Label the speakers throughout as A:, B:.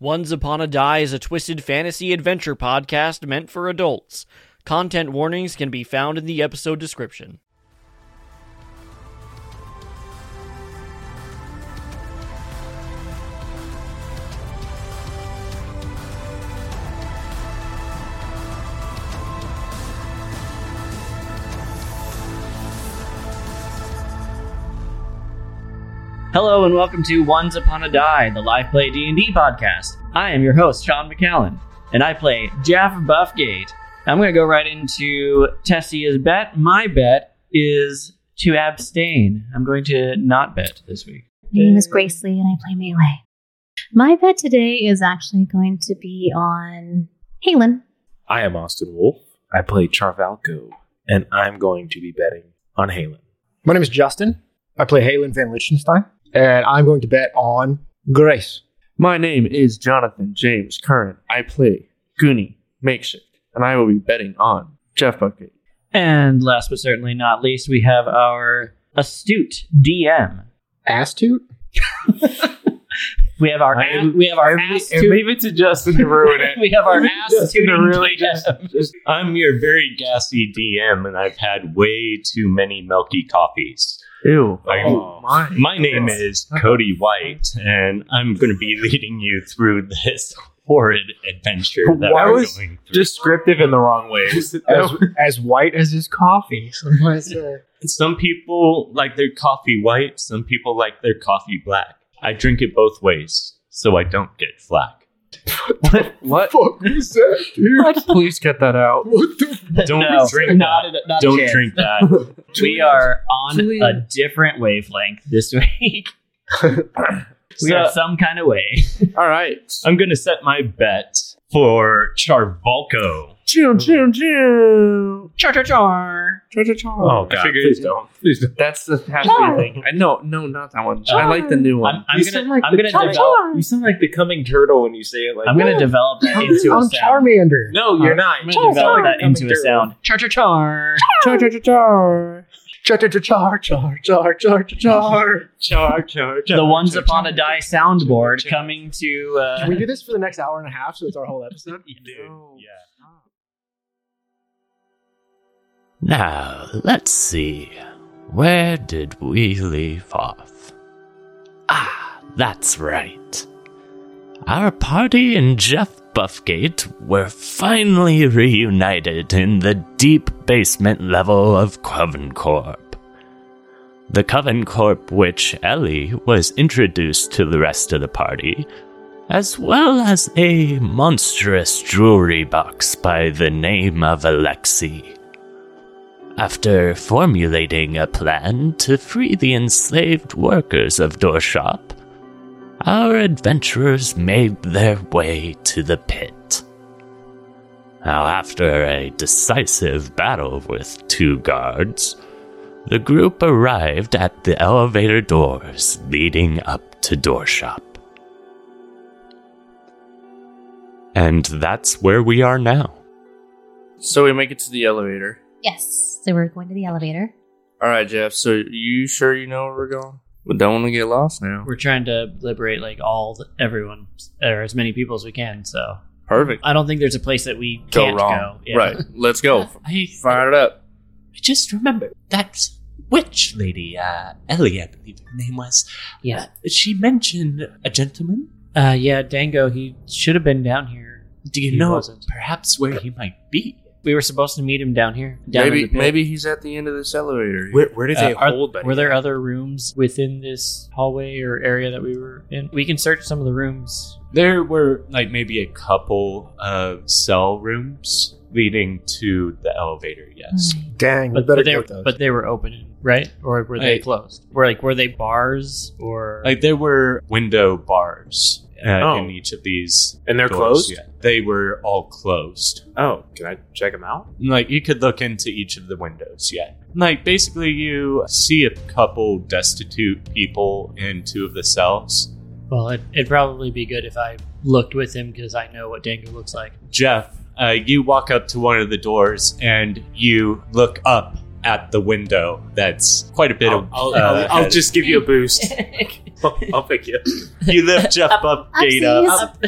A: Once Upon a Die is a twisted fantasy adventure podcast meant for adults. Content warnings can be found in the episode description. Hello and welcome to Once Upon a Die, the live play D&D podcast. I am your host, Sean McCallan, and I play Jaff Buffgate. I'm going to go right into Tessia's bet. My bet is to abstain. I'm going to not bet this week.
B: My name is Grace Lee and I play Melee. My bet today is actually going to be on Halen.
C: I am Austin Wolf. I play Charvalco, and I'm going to be betting on Halen.
D: My name is Justin. I play Halen Van Lichtenstein, and I'm going to bet on Grace.
E: My name is Jonathan James Curran. I play Goonie Makeshift, and I will be betting on Jeff Bucket.
A: And last but certainly not least, we have our astute DM.
D: Astute?
A: We have our
E: I-
A: we have our astute
E: it to Justin to ruin
A: we have our astute
E: Justin to really
A: DM.
E: just, just
C: I'm your very gassy DM, and I've had way too many milky coffees.
E: ew.
A: Oh
C: I-
F: Oh
E: my.
C: My name is Cody White, and I'm going to be leading you through this horrid adventure that
E: Why
C: we're
E: was-
C: going through.
E: descriptive in the wrong ways.
D: As, as white as his coffee. Sometimes, uh,
C: Some people like their coffee white, some people like their coffee black. I drink it both ways, so I don't get flack.
E: what?
D: fuck was that, dude?
E: Please get that out.
D: What the f-
C: Don't
A: No,
C: drink
A: not
C: that.
A: a- not a
C: don't
A: chance.
C: drink that.
A: We are on
E: Julian.
A: a different wavelength this week. we
C: So-
A: are some kind of way.
E: All right.
C: I'm going to set my bet for Charvalco.
E: Choo choo choo.
A: Char char char.
E: Choo choo choo.
C: Oh, God,
E: I figured-
C: please don't. Please don't.
E: That's the happy thing. I no, no, not that one. I like the new one.
A: I'm, I'm gonna, I'm gonna
B: char-
A: develop.
B: char.
F: You sound like the coming turtle when you say it like
A: I'm gonna develop that into a
D: I'm
A: sound.
D: Charmander. Uh,
F: No, you're not.
A: I'm gonna develop
D: Char-
A: that
D: char-
A: into a
D: char-
A: sound. Char char char.
E: Char char char
D: Char,
E: char.
D: char, char, char, char, char, char.
F: Char, char, char.
A: The ones upon a die soundboard
D: char-
A: coming to.
D: Can we
A: Uh, Oh.
D: do this for the next hour and a half so it's our whole episode?
C: Yeah.
G: Now, let's see. Where did we leave off? Ah, that's right. Our party and Jeff Buffgate were finally reunited in the deep basement level of Covencorp. The Covencorp which Ellie was introduced to the rest of the party, as well as a monstrous jewelry box by the name of Alexei. After formulating a plan to free the enslaved workers of Dorshop, our adventurers made their way to the pit. Now, after a decisive battle with two guards, the group arrived at the elevator doors leading up to Dorshop. And that's where we are now.
E: So we make it to the elevator.
B: Yes. So we're going to the elevator.
E: All right, Jeff. So you sure you know where we're going? We don't want to get lost now.
A: we're trying to liberate like all the, everyone or as many people as we can. So
E: Perfect.
A: I don't think there's a place that we
E: Go
A: can't
E: wrong.
A: go. Yeah.
E: Right. Let's go.
G: I-
E: Fire it up.
G: I just remember that witch lady, uh, Ellie, I believe her name was.
A: Yeah.
G: She mentioned a gentleman.
A: Uh, yeah. Dango, he should have been down here.
G: Do you
A: He
G: know
A: wasn't.
G: perhaps where he might be?
A: We were supposed to meet him down here. Down in
E: maybe
A: the pit.
E: maybe he's at the end of this elevator.
F: Where, where did
A: Uh,
F: they
A: are-
F: hold that?
A: Were there other rooms within this hallway or area that we were in? We can search some of the rooms.
C: There were like maybe a couple of cell rooms leading to the elevator, yes.
D: Dang, we
A: But,
D: better
A: but, they,
D: get those.
A: but they were open, right? Or were they
C: Like-
A: closed? Were like were they bars or
C: Like there were window bars uh,
F: Oh.
C: in each of these.
F: And they're
C: doors,
F: closed?
C: yeah. They were all closed.
F: Oh, can I check them out?
C: Like you could look into each of the windows, yeah. Like basically you see a couple destitute people in two of the cells.
A: well, it, it'd probably be good if I looked with him because I know what Dango looks like.
C: Jeff, uh, you walk up to one of the doors and you look up at the window. That's quite a bit
F: I'll,
C: of.
F: I'll,
C: uh,
F: I'll, I'll just give you a boost. I'll, I'll pick you.
G: You lift Jeff
B: Up-
G: up, Update
B: Upsies.
G: up.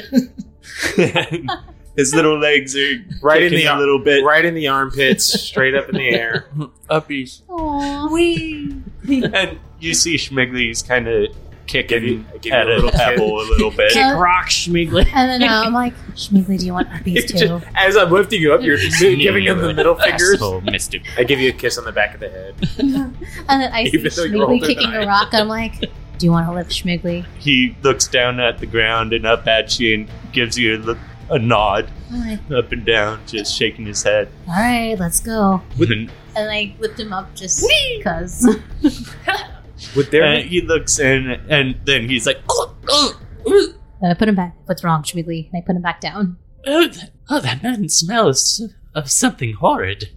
G: His little legs are
F: Right in
G: kicking
F: the
G: a
F: ar-
G: little bit.
F: Right in the armpits, straight up in the air.
E: Uppies.
B: Aw.
G: And you see Schmigley's kind of
F: Give you,
G: kicking
F: I give you a
G: at
F: little
G: a
F: pebble.
G: pebble a little bit.
C: Kick rock, Schmigley.
B: And then uh, I'm like, Schmeagly, do you want uppies too?
F: As I'm lifting you up, you're giving him the middle fingers.
A: Asshole, Mr.
F: I give you a kiss on the back of the head.
B: and then I see
F: Even though you're
B: Schmeagly
F: older
B: kicking
F: than I
B: a rock. I'm like, do you want to lift Schmeagly?
G: He looks down at the ground and up at you and gives you a, look, a nod
B: I'm like,
G: up and down, just shaking his head.
B: all right, let's go.
G: And
B: And I lift him up just because.
F: Would there
C: Uh,
G: and he looks in and then he's like,
B: I Uh, put him back. What's wrong, Schmeagly? And I put him back down.
A: Oh, that, oh, that man smells of something horrid.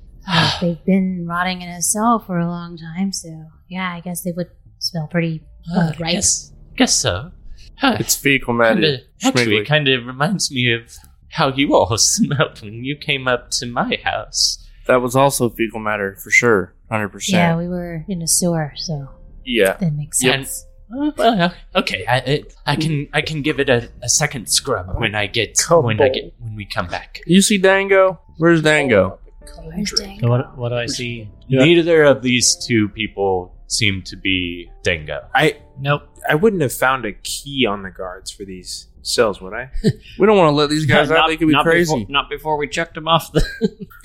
B: They've been rotting in a cell for a long time, so yeah, I guess they would smell pretty.
F: Ah,
A: Oh,
B: right.
A: Guess, guess so. Huh,
E: It's fecal
A: kinda,
E: matter.
A: actually, it
E: Schmigley.
A: kind of reminds me of how you all smelled when you came up to my house.
E: That was also fecal matter for sure. 100%.
B: Yeah,
E: Yeah.
B: we were in a sewer, so that makes
A: Yep.
B: sense.
A: Oh, well, okay, I, I, I can I can give it a, a second scrub when I get when I get when we come back.
E: You see Dango? Where's Dango?
B: Where's Dango?
C: So what, what do I see? Do I-
G: Neither of these two people seem to be Dango.
F: I
C: nope.
F: I wouldn't have found a key on the guards for these cells, would I?
E: We don't want to let these guys out.
C: Not-
E: They could be
C: not
E: crazy.
C: Before, not before we checked him off the.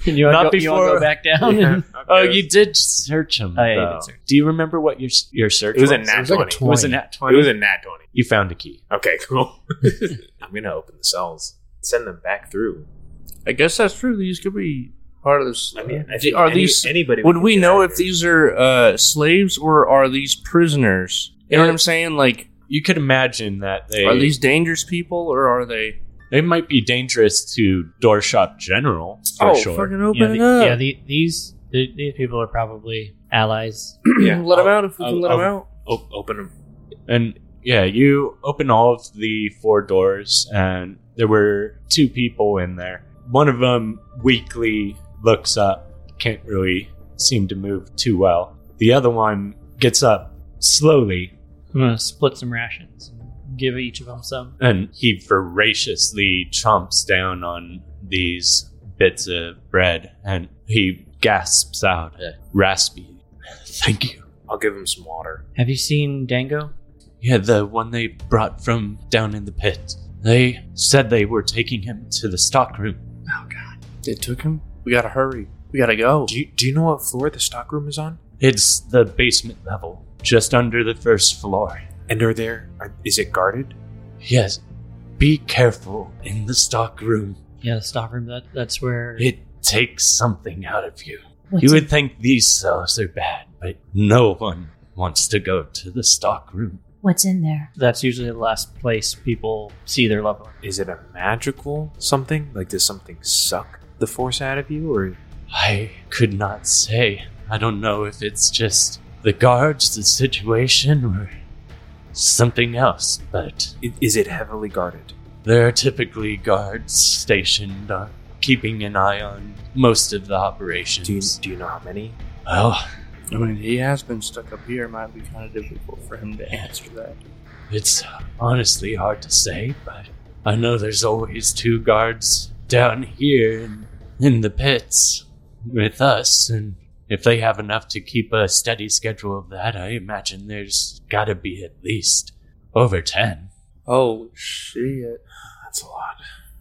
C: you wanna
G: Not
C: go, you wanna
G: before-
C: go back down.
F: Yeah.
C: and-
A: Oh,
F: Okay.
A: you did search him.
C: I did
A: though.
C: search.
A: Do you remember what your your search
F: It was a
A: was?
F: nat
D: was like a
F: 20.
D: tw-
F: It
G: It was a nat
F: was- it
G: twenty.
F: was a nat 20.
G: you found a key.
F: Okay, cool. I'm going to open the cells, send them back through.
E: I guess that's true. These could be part of this.
F: I mean, I
E: Do-
F: think
E: are
F: any-
E: these?
F: anybody
E: Would
F: can
E: we
F: get
E: know
F: out
E: if
F: of here.
E: these are uh, slaves or are these prisoners? You know what I'm saying? Like,
G: You could imagine that they
E: are these dangerous people or are they?
G: they might be dangerous to door shop general for
E: oh,
G: sure.
E: fucking
C: yeah,
E: open
C: the,
E: it up!
C: yeah the, these the, these people are probably allies.
F: Yeah,
E: let them
F: I'll-
E: out if we
F: I'll-
E: can let them
F: I'll-
E: out.
F: O- Oh, open them.
G: And yeah, you open all of the four doors, and there were two people in there. One of them weakly looks up, can't really seem to move too well. The other one gets up slowly,
C: I'm gonna split some rations. and Give each of them some.
G: and he voraciously chomps down on these bits of bread, and he gasps out a raspy, Thank you.
F: I'll give them some water.
C: Have you seen Dango?
A: Yeah, the one they brought from down in the pit. They said they were taking him to the stockroom.
E: They took him. We gotta hurry. We gotta go.
F: Do you, do you know what floor the stockroom is on?
A: It's the basement level, just under the first floor.
F: And are there? Are, is it guarded?
A: Yes, be careful in the stockroom.
C: Yeah, the stockroom. That that's where.
A: It takes something out of you.
B: What's
A: you
B: in-
A: would think these cells are bad, but no one wants to go to the stockroom.
B: What's in there?
C: That's usually the last place people see their loved one.
F: Is it a magical something? Like does something suck the force out of you, or
A: I could not say. I don't know if it's just the guards, the situation, or something else, but
F: i- is it heavily guarded?
A: there are typically guards stationed on keeping an eye on most of the operations.
F: Do you do you know how many?
A: Well,
E: I mean, he has been stuck up here. It might be kind of difficult for him to answer that.
A: it's honestly hard to say, but I know there's always two guards down here in, in the pits with us, and if they have enough to keep a steady schedule of that, I imagine there's gotta be at least over ten.
E: Oh shit!
F: That's a lot.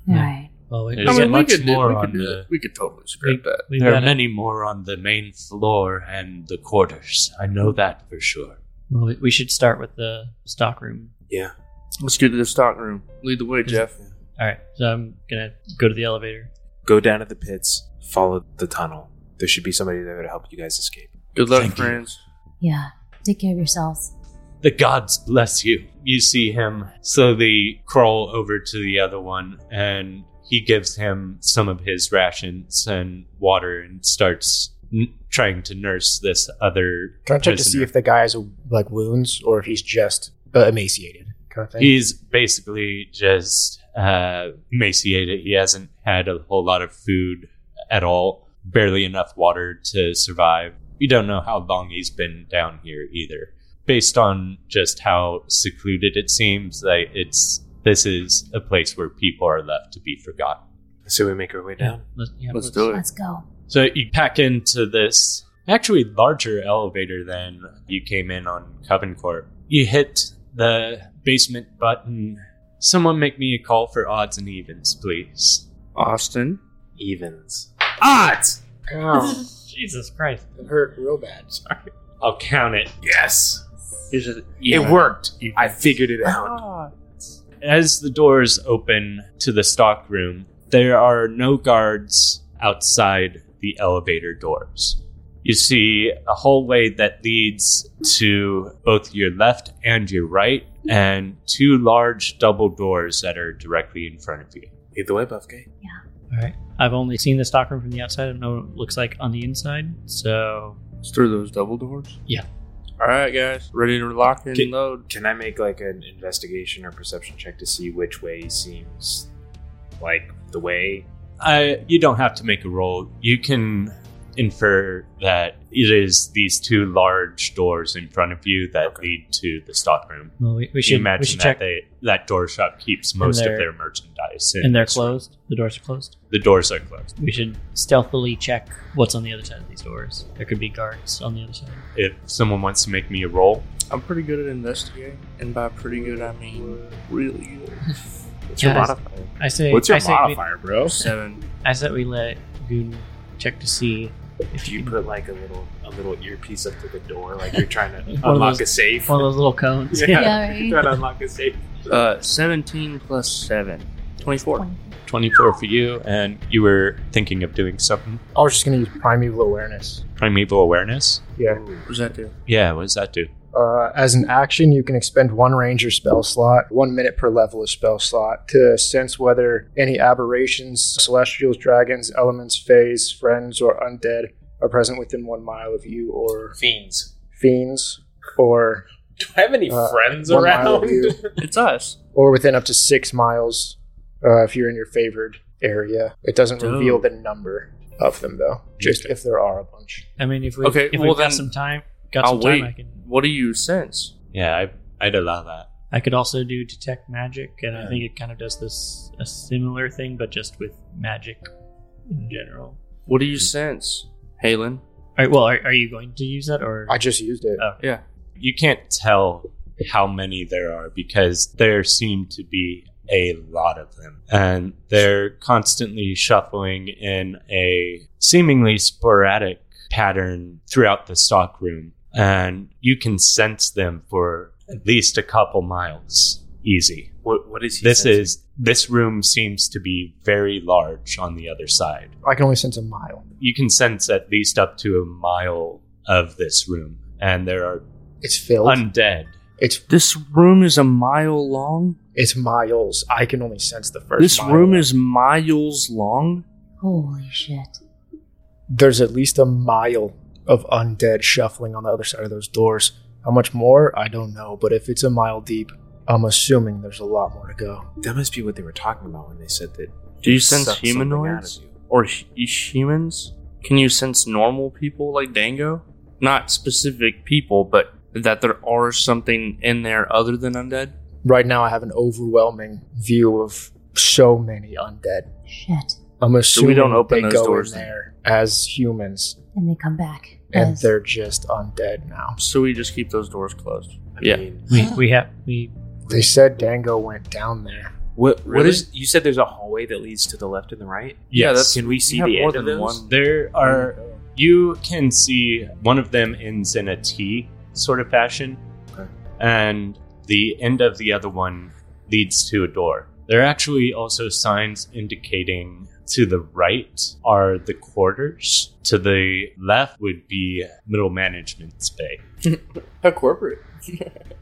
C: Yeah.
B: All right.
C: Well, we,
A: There's
E: I mean,
A: much
E: we could, do-
A: more
E: we
A: on
E: could do
A: the-
E: it. We could totally scrap that.
C: we
A: There are
C: got it.
A: many more on the main floor and the quarters. I know that for sure.
C: Well, we- we should start with the stockroom.
F: Yeah.
E: Let's get to the stock room. Lead the way, Jeff.
C: All right, so I'm gonna go to the elevator.
F: Go down to the pits. Follow the tunnel. There should be somebody there to help you guys escape.
E: Good luck,
A: Thank you.
E: friends.
B: Yeah. Take care of yourselves.
A: The gods bless
G: Bless you. You see him slowly crawl over to the other one, and he gives him some of his rations and water and starts n- trying to nurse this other.
D: Can I check to see
G: prisoner.
D: if the guy has like wounds or if he's just uh, emaciated? Kind of thing.
G: He's basically just uh, emaciated. He hasn't had a whole lot of food at all, barely enough water to survive. You don't know how long he's been down here either. based on just how secluded it seems, like it's this is a place where people are left to be forgotten.
F: So we make our way down.
C: Let's, yeah,
E: Let's do it.
B: Let's go.
G: So you pack into this actually larger elevator than you came in on Coven Court. You hit the basement button. Someone make me a call for odds and evens, please.
E: Austin.
F: Evens.
E: Odds!
D: Oh,
C: Jesus Christ.
D: it hurt real bad. Sorry.
G: I'll count it.
F: Yes.
E: Yeah.
F: It worked. I figured it out.
E: Ah.
G: As the doors open to the stock room, there are no guards outside the elevator doors. You see a hallway that leads to both your left and your right, and two large double doors that are directly in front of you.
F: Either way, Buff Gate.
C: All right. I've only seen the stockroom from the outside. I don't know what it looks like on the inside. So
E: It's through those double doors?
C: Yeah.
E: All right, guys. Ready to lock and
F: Get-
E: load.
F: Can I make like an investigation or perception check to see which way seems like the way?
G: I, you don't have to make a roll. You can infer that it is these two large doors in front of you that
F: Okay.
G: lead to the stockroom.
C: well, we, we
G: You
C: should
G: imagine
C: we should
G: that
C: check.
G: they that door shop keeps most
C: they're-
G: of their merchandise, in
C: and they're
G: this
C: closed. The doors are closed.
G: room. The doors are closed.
C: We should stealthily check what's on the other side of these doors. There could be guards on the other side.
G: If someone wants to make me a roll,
E: I'm pretty good at investigating. And by pretty good, I mean really good.
F: What's your
C: Guys.
F: modifier?
C: I say.
F: What's your
C: I say
F: modifier, bro?
E: Seven.
C: We, I said we let Goon check to see if
F: If
C: you
F: you put like a little a little earpiece up to the door, like you're trying to
C: One of
F: unlock
C: those-
F: a safe.
C: one of those little cones.
F: Yeah.
B: Yeah,
F: You're
B: right.
F: trying to unlock a safe.
E: Uh, 17 plus 7. 24.
G: twenty-four for you, and you were thinking of doing something.
D: I was just gonna use primeval awareness.
G: Primeval awareness.
D: Yeah.
E: What does that do?
G: Yeah, what does that do?
D: Uh, as an action, you can expend one ranger spell slot, one minute per level of spell slot, to sense whether any aberrations, celestials, dragons, elements, fays, friends, or undead are present within one mile of you, or
F: Fiends.
D: fiends, or
F: Do I have any
D: Uh,
F: friends
D: one mile of
F: around?
D: you,
E: It's us.
D: or within up to six miles uh, if you're in your favored area. It doesn't
E: Dope.
D: reveal the number of them though, just
G: Okay.
D: if there are a bunch.
C: I mean, if we
E: Okay,
C: if we've
E: well
C: got
E: then
C: some time, got
E: I'll
C: some time,
E: wait.
C: I can.
E: What do you sense?
G: Yeah, I, I'd allow that.
C: I could also do detect magic, and I
G: Yeah.
C: think it kind of does this a similar thing, but just with magic in general.
E: What do you
C: Hmm.
E: sense, Halen?
C: All right. Well, are, are you going to use that or?
D: I just used it.
C: Oh.
E: Yeah.
G: You can't tell how many there are because there seem to be a lot of them. And they're constantly shuffling in a seemingly sporadic pattern throughout the stock room. And you can sense them for at least a couple miles easy.
F: What, what is he?
G: This
F: sensing?
G: is this room seems to be very large on the other side
D: I can only sense a mile.
G: you can sense at least up to a mile of this room, and there are
D: It's filled.
G: undead.
D: it's
E: This room is a mile long.
D: it's miles. I can only sense the first.
E: This
D: mile.
E: room is miles long.
B: Holy shit.
D: there's at least a mile of undead shuffling on the other side of those doors. How much more? I don't know, but if it's a mile deep, I'm assuming there's a lot more to go.
F: That must be what they were talking about when they said that.
E: Do you
F: it
E: sense
F: sucks something
E: humanoids?
F: out of you.
E: Or hu- humans? Can you sense normal people like Dango? Not specific people, but that there are something in there other than undead?
D: Right now, I have an overwhelming view of so many undead.
B: Shit.
D: I'm assuming
E: don't open
D: they
E: those
D: go
E: doors
D: in
E: then?
D: there as humans,
B: And they come back.
D: and
B: as-
D: they're just undead now.
E: So we just keep those doors closed.
F: I
E: Yeah.
F: mean,
C: we we have we
D: They said Dango went down there.
F: what what
E: Really?
F: is? You said there's a hallway that leads to the left and the right.
E: Yeah, that's-
F: Can we see
E: have
F: the
E: more
F: end of
E: than
F: those?
E: one.
G: There are. You can see one of them ends in a T sort of fashion,
F: Okay.
G: and the end of the other one leads to a door. There are actually also signs indicating to the right are the quarters, to the left would be middle management space.
E: How corporate.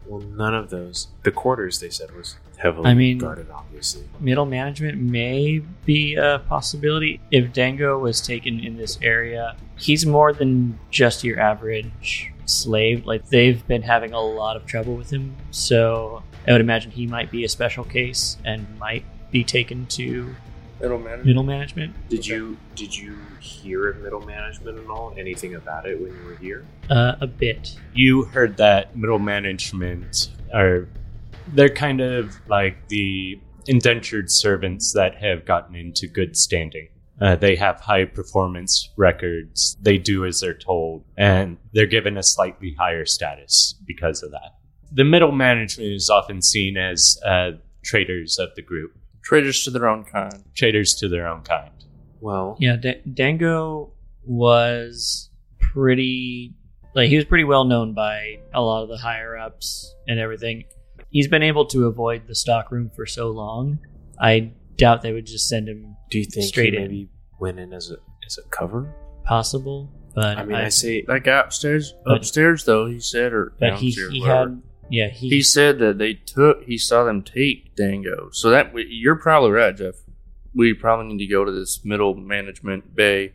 F: Well, none of those. The quarters they said was heavily
C: I mean-
F: guarded, obviously.
C: middle management may be a possibility if Dango was taken in this area. He's more than just your average slave. Like they've been having a lot of trouble with him, so I would imagine he might be a special case and might be taken to
F: Middle management.
C: Middle management.
F: Did you did you hear of middle management at all? Anything about it when you were here?
C: Uh, a bit.
G: you heard that middle management are they're kind of like the indentured servants that have gotten into good standing uh, they have high performance records they do as they're told and they're given a slightly higher status because of that the middle management is often seen as uh, traitors of the group
E: Traitors to their own kind.
G: traitors to their own kind
F: Well,
C: Yeah, D- Dango was pretty like he was pretty well known by a lot of the higher ups and everything. He's been able to avoid the stockroom for so long. I doubt they would just send him
F: do you think
C: Straight
F: he
C: in.
F: maybe went in as a as a cover?
C: possible, but
F: I mean, I, say
E: That guy upstairs,
C: But-
E: upstairs though, he said, or
C: but he
E: downstairs,
C: he
E: whatever.
C: had yeah he,
E: He said that they took. He saw them take Dango. So that you're probably right, Jeff. We probably need to go to this middle management bay,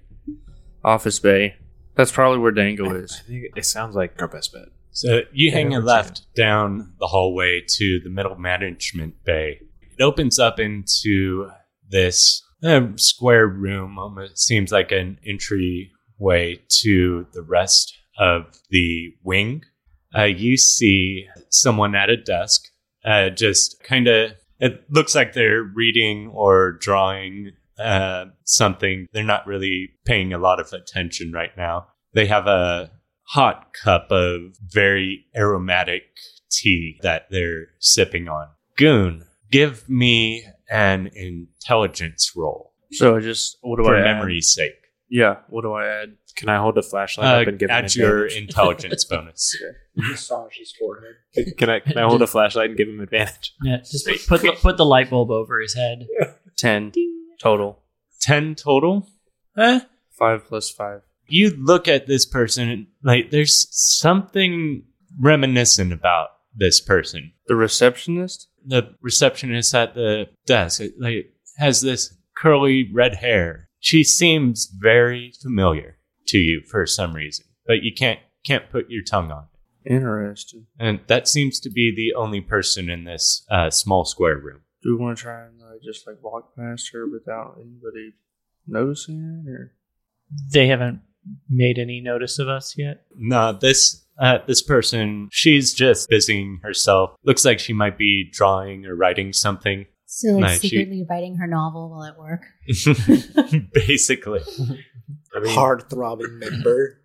E: office bay. That's probably where
F: I,
E: Dango
F: I
E: is.
F: think it sounds like our best bet.
G: So you hang
F: Yeah,
G: a
F: that's
G: left down the hallway to the middle management bay. It opens up into this um, square room, almost seems like an entryway to the rest of the wing. Uh, you see someone at a desk, uh, just kind of, it looks like they're reading or drawing uh, something. They're not really paying a lot of attention right now. They have a hot cup of very aromatic tea that they're sipping on. Goon, give me an intelligence roll
E: So I just what do
G: for
E: I add?
G: memory's sake.
E: Yeah, what do I add?
F: Can I hold a flashlight
G: Uh,
F: up and give him
G: add your
F: advantage?
G: intelligence bonus.
D: Massage his forehead.
F: Can I can I hold a flashlight and give him advantage?
C: yeah, just put the, put the light bulb over his head.
E: Ten total.
G: 10 total. Huh?
E: Five plus five.
G: You look at this person, like, there's something reminiscent about this person.
E: The receptionist.
G: the receptionist at the desk it, like has this curly red hair. She seems very familiar to you for some reason, but you can't can't put your tongue on it.
E: Interesting.
G: And that seems to be the only person in this uh, small square room.
E: Do we want to try and like, just like walk past her without anybody noticing it, or
C: They haven't made any notice of us yet.
G: No, this uh, this person, she's just busying herself. Looks like she might be drawing or writing something.
B: So like
G: Nice, she-
B: secretly writing her novel while at work.
G: Basically,
F: I mean,
D: Hard throbbing member.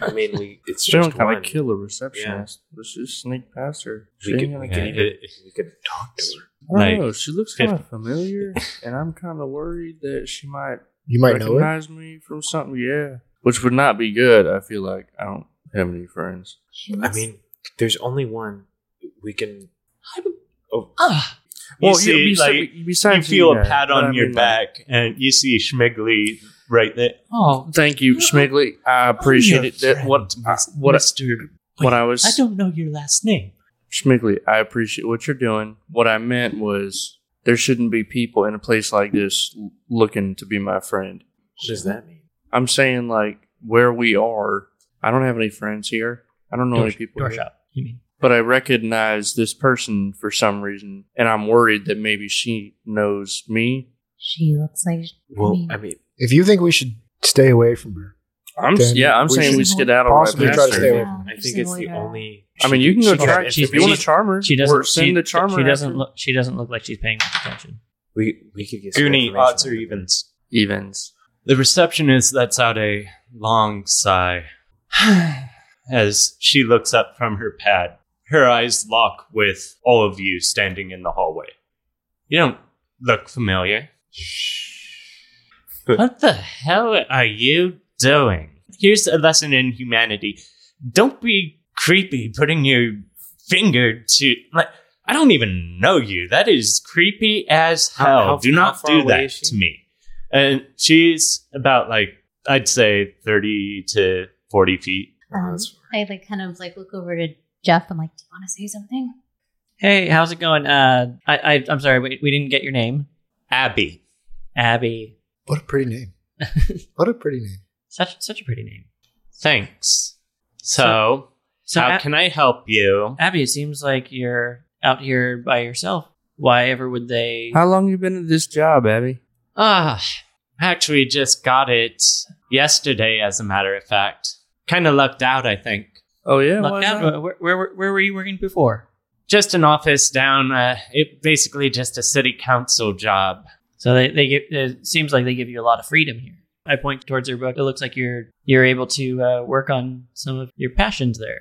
F: I mean, we it's
E: she don't
F: just
E: kind
F: one.
E: of kill the receptionist? Let's just sneak past her. She
F: We
E: ain't
F: could-
E: gonna
F: we
E: get
G: Yeah,
F: could
E: any
F: even-
G: it-
F: we could talk to her.
E: I don't
G: Like,
E: know. She looks kind of familiar, and I'm kind of worried that she might,
D: You might know it.
E: recognize me from something. Yeah, which would not be good. I feel like I don't have any friends.
B: She
F: I
B: looks-
F: mean, there's only one. We can. Oh,
G: you see,
E: besi-
G: like, you
E: besides
G: feel a
E: guys,
G: pat
E: but
G: on
E: I
G: your
E: mean, like,
G: back, and you see Schmiggly right there.
C: Oh,
E: Thank you, Schmigley.
G: Oh,
E: I appreciate it. That what I, what I,
C: Mister?
E: what I was
C: don't know your last name.
E: Schmigley, I appreciate what you're doing. What I meant was there shouldn't be people in a place like this l- looking to be my friend.
F: what does that mean?
E: I'm saying like where we are. I don't have any friends here. I don't know
C: Door,
E: any people.
C: door
E: here.
C: shop. You mean?
E: but I recognize this person for some reason, and I'm worried that maybe she knows me.
B: she looks like
F: Well, I mean,
D: If you think we should stay away from her,
E: I'm
D: Then
E: yeah, I'm
D: we
E: saying we
B: should
E: skedaddle right
D: possibly
E: past
D: try to stay
E: her.
D: away.
F: I think it's the only.
E: I mean, you can go
F: she
E: try.
F: has
E: If you want to
F: information.
E: charm her,
C: She doesn't.
E: or send
C: she,
E: the charmer.
C: she doesn't
E: after-
C: look. She doesn't look like she's paying much attention.
F: We we could get some
G: Goonie,
F: information
G: odds or
F: out of her.
G: evens.
E: evens.
G: The receptionist lets out a long sigh as she looks up from her pad. Her eyes lock with all of you standing in the hallway. You don't look familiar. what the hell are you doing? Here's a lesson in humanity. Don't be creepy putting your finger to like I don't even know you. That is creepy as
F: How-
G: hell.
F: how-
G: do
F: how
G: not
F: far
G: do
F: away
G: that
F: is she?
G: to me. And she's about like I'd say thirty to forty feet.
F: Oh,
B: Uh-huh.
F: that's
B: I
F: fine.
B: like kind of like look over to Jeff. I'm like, do you want to say something?
C: Hey, how's it going? Uh, I, I I'm sorry, we, we didn't get your name.
G: Abby.
C: Abby.
D: what a pretty name. what a pretty name.
C: Such such a pretty name.
G: Thanks. So,
C: So
G: how
C: Ab-
G: can I help you?
C: Abby, it seems like you're out here by yourself. Why ever would they?
E: How long you been at this job, Abby?
G: Ah, actually, just got it yesterday, as a matter of fact. Kind of lucked out, I think.
E: Oh yeah,
C: Look,
E: why's
C: now,
E: that?
C: where, where, where were you working before?
G: Just an office down, uh, it basically just a city council job.
C: So they, they give it seems like they give you a lot of freedom here. I point towards your book. It looks like you're you're able to uh, work on some of your passions there.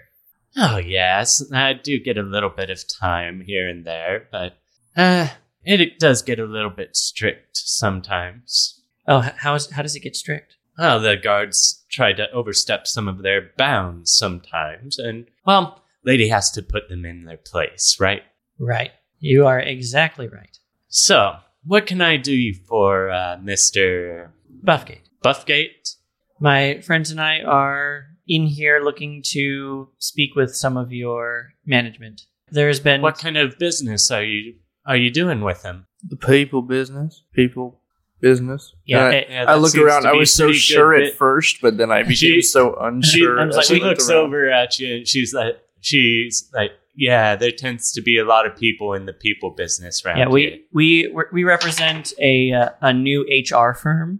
G: Oh, yes, I do get a little bit of time here and there, but uh, it, it does get a little bit strict sometimes.
C: Oh, h- how is how does it get strict?
G: Well, Ah, the guards try to overstep some of their bounds sometimes, and, well, Lady has to put them in their place, right?
C: Right. You are exactly right.
G: So, what can I do for uh, Mr.
C: Buffgate.
G: Buffgate?
C: My friends and I are in here looking to speak with some of your management. There's been
G: What kind of business are you are you doing with him?
E: The people business, people business.
C: yeah,
E: And I,
C: it-
G: Yeah,
E: I
G: that
E: look
G: seems
E: around.
G: to
E: I
G: be
E: was so
G: pretty good
E: sure at
G: bit.
E: first, but then I became
G: She-
E: so unsure.
C: I was
E: as
C: like,
G: She
E: I looked
G: looks
E: around.
G: over at you and she's like, she's like, yeah, there tends to be a lot of people in the people business round
C: yeah
G: here.
C: we, we we represent a uh, a new hr firm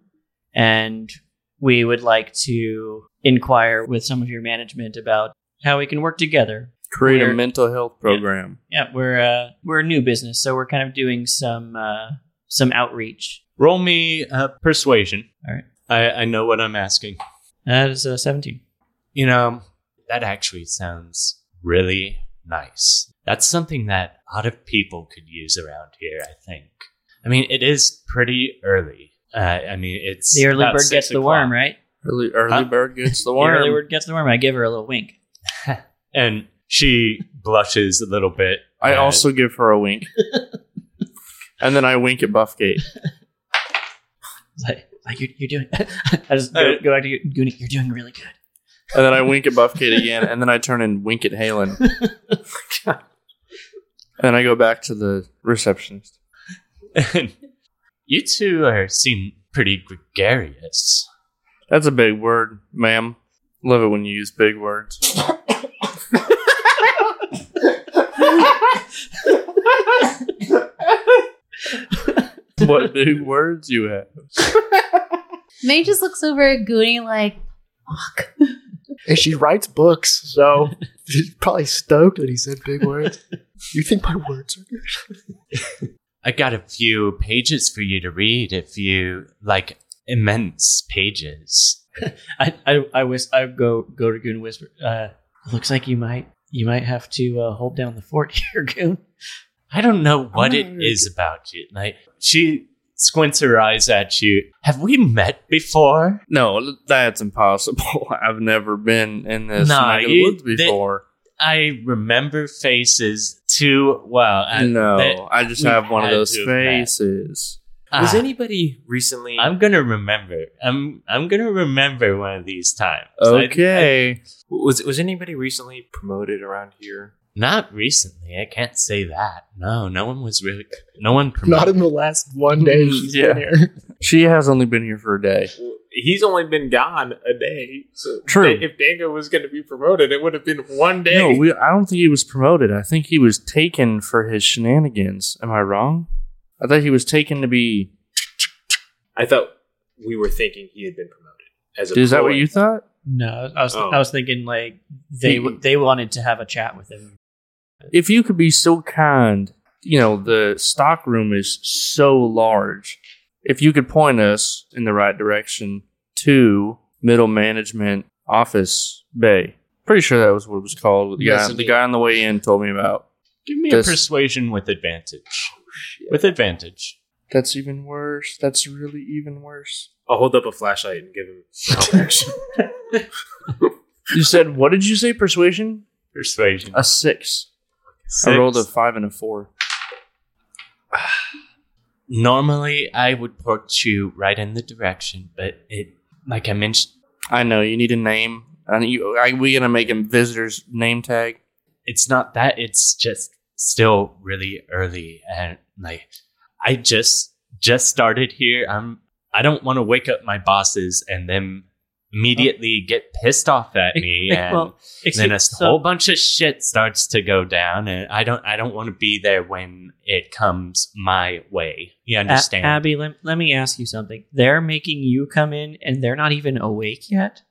C: and we would like to inquire with some of your management about how we can work together
E: create a
C: Weird.
E: mental health program.
C: yeah we're uh, we're a new business so we're kind of doing some uh, some outreach
G: Roll me uh, persuasion.
C: All right.
G: I, I know what I'm asking.
C: that is uh, 17
G: You know, that actually sounds really nice. That's something that a lot of people could use around here, I think. I mean, it is pretty early. Uh, I mean, it's
C: the early
G: about
C: bird
G: six
C: gets the
G: o'clock.
C: worm right
E: Early early
G: Huh?
E: bird gets the
C: the early
E: worm.
C: bird gets the worm i give her a little wink
G: And she blushes a little bit.
E: I
G: Uh,
E: also give her a wink, and then I wink at Buffgate.
C: It's like, like you're, you're doing i just go, go back to you Goonie, you're doing really good
E: And then I wink at Buffgate again, and then I turn and wink at Halen. and I go back to the receptionist.
G: you two are seem pretty gregarious.
E: That's a big word, ma'am. Love it when you use big words. what big words you have?
B: May just looks over at Goonie like, fuck.
D: And she writes books, so she's probably stoked that he said big words. You think my words are good?
G: I got a few pages for you to read if you like immense pages.
C: I I I, whis- I go go to Goon and whisper. Uh, looks like you might you might have to uh, hold down the fort here, Goon.
G: I don't know what it
D: Alright.
G: is about you. Like she squints her eyes at you. Have we met before?
E: No, that's impossible. I've never been in this
G: Nah,
E: neck of the
G: you-
E: woods
G: they-
E: before.
G: I remember faces too well. I-
E: no,
G: that-
E: I just
G: we
E: have one of
G: had
E: those
G: to have met.
E: faces.
F: Was
G: ah,
F: anybody recently?
G: I'm gonna remember. I'm I'm gonna remember one of these times. I- I-
E: Okay.
F: was was anybody recently promoted around here?
G: not recently. I can't say that. No, no one was really. No one
D: Not
G: promoted.
D: in the last one
C: Mm,
D: day she's
E: Yeah.
D: been here.
E: she has only been here for a day.
F: He's only been gone a day. So
E: True.
F: If Dango was going to be promoted, it would have been one day.
E: No, we, I don't think he was promoted. I think he was taken for his shenanigans. Am I wrong? I thought he was taken to be.
F: I thought we were thinking he had been promoted. As a
E: Is that what
F: ploy.
E: you thought?
C: No, I was
F: Oh.
C: I was thinking like they w- they wanted to have a chat with him.
E: If you could be so kind, you know, the stock room is so large. If you could point us in the right direction to middle management office bay. Pretty sure that was what it was called. The guy,
G: Yes,
E: the guy on the way in told me about.
G: Give me
E: This-
G: a persuasion with advantage. With advantage.
E: That's even worse. That's really even worse.
F: I'll hold up a flashlight and give him direction.
E: You said, what did you say? Persuasion?
G: Persuasion.
E: A six.
G: Six.
E: I rolled a five and a four.
G: Normally, I would point you right in the direction, but it, like I mentioned,
E: I know you need a name. And you, are we gonna make him visitor's name tag?
G: it's not that. It's just still really early, and like I just just started here. I'm. I don't want to wake up my bosses and them immediately get pissed off at me and
C: well, excuse-
G: then a
C: so-
G: whole bunch of shit starts to go down and I don't I don't want to be there when it comes my way. You
C: A-
G: understand?
C: Abby, let, let me ask you something. They're making you come in and they're not even awake yet.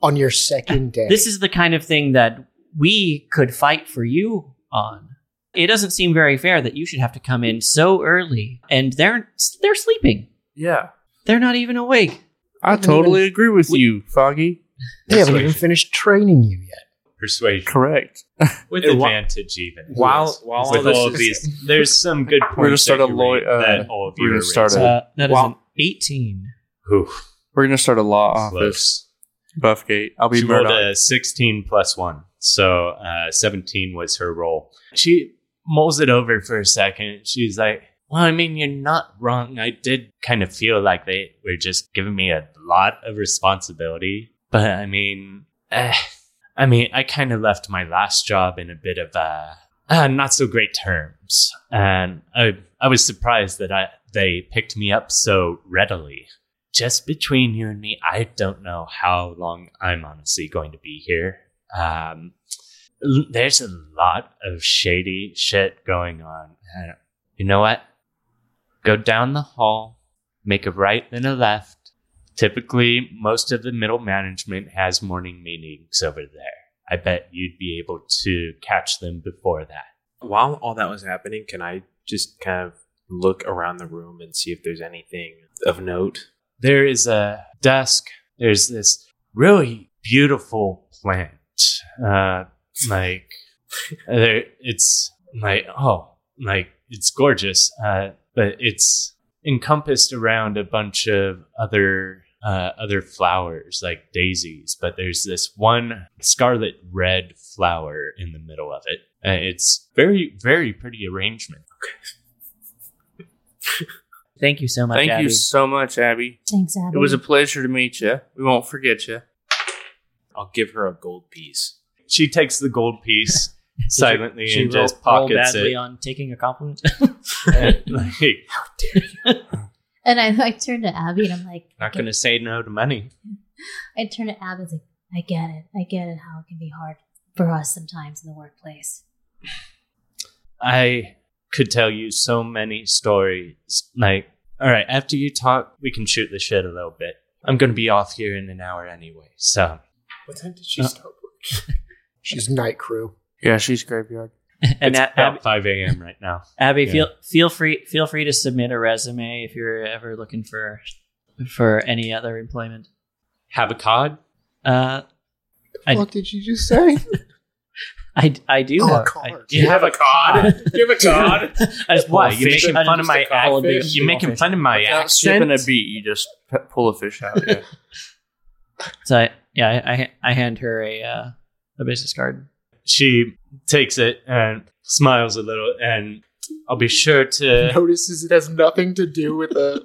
D: on your second day.
C: This is the kind of thing that we could fight for you on. It doesn't seem very fair that you should have to come in so early and they're they're sleeping.
E: Yeah.
C: They're not even awake.
E: I totally agree with you, Foggy.
D: they haven't even finished training you yet.
G: Persuasion.
E: Correct.
G: With
H: Wha-
G: advantage even.
F: While while all
G: With
F: this
G: all of
F: is-
G: these there's some good points.
E: We're gonna start
G: that
E: a
G: you
E: law-
G: raised
E: uh,
G: that all of
E: we're
G: you
E: gonna
G: raised.
E: start a-
C: Uh, that is
E: Wow.
C: an 18.
G: Oof,
E: We're gonna start a law office.
G: close.
E: Buffgate. I'll be
G: She rolled
E: Murdoch.
G: a 16 plus one, so uh, 17 was her roll. She mulls it over for a second. She's like, "Well, I mean, you're not wrong. I did kind of feel like they were just giving me a lot of responsibility, but I mean, eh, I mean, I kind of left my last job in a bit of uh, uh, not so great terms, and I I was surprised that I they picked me up so readily." just between you and me, I don't know how long I'm honestly going to be here. Um, l- there's a lot of shady shit going on. And you know what? Go down the hall, make a right then a left. Typically, most of the middle management has morning meetings over there. I bet you'd be able to catch them before that.
F: while all that was happening, can I just kind of look around the room and see if there's anything of note?
G: there is a desk. There's this really beautiful plant. Uh, like there, it's like oh, like it's gorgeous. Uh, but it's encompassed around a bunch of other uh, other flowers like daisies. But there's this one scarlet red flower in the middle of it. Uh, it's very very pretty arrangement.
C: Thank you so much,
E: Thank
C: Abby.
E: you so much, Abby.
B: Thanks, Abby.
E: It was a pleasure to meet you. We won't forget you.
F: I'll give her a gold piece.
G: She takes the gold piece silently
C: she
G: and
C: roll-
G: just
C: roll
G: pockets
C: badly
G: it.
C: on taking a compliment.
G: And, like,
B: and I like turned to Abby and I'm like,
G: Not
B: okay.
G: going to say no to money.
B: I turned to Abby and was like, I get it. I get it how it can be hard for us sometimes in the workplace.
G: I could tell you so many stories. Like, all right, after you talk, we can shoot the shit a little bit. I'm going to be off here in an hour anyway. So,
F: What time did she
G: Uh,
F: start work?
D: She's night crew.
E: Yeah, she's graveyard.
C: and
G: it's
C: A-
G: about
C: Abby,
G: 5 a.m. right now.
C: Abby
G: yeah.
C: feel feel free feel free to submit a resume if you're ever looking for for any other employment.
G: Have a cod?
C: Uh, I-
D: what did you just say?
C: I, I do
D: Oh, a
C: have,
D: card.
C: I,
G: You have
F: a cod. Give a cod.
C: I just
G: Why?
C: pull a
G: You're
C: fish
G: making
C: out of
G: fun of
C: just a
G: my
C: column, big
G: act.
C: as a
G: You're
C: small
G: making
C: fish.
G: fun of my
E: Without skipping a
G: accent.
E: beat, you just p- pull a fish out. Yeah.
C: So I, yeah, I, I I hand her a uh, a business card.
G: She takes it and smiles a little, and I'll be sure to.
D: Notices it has nothing to do with a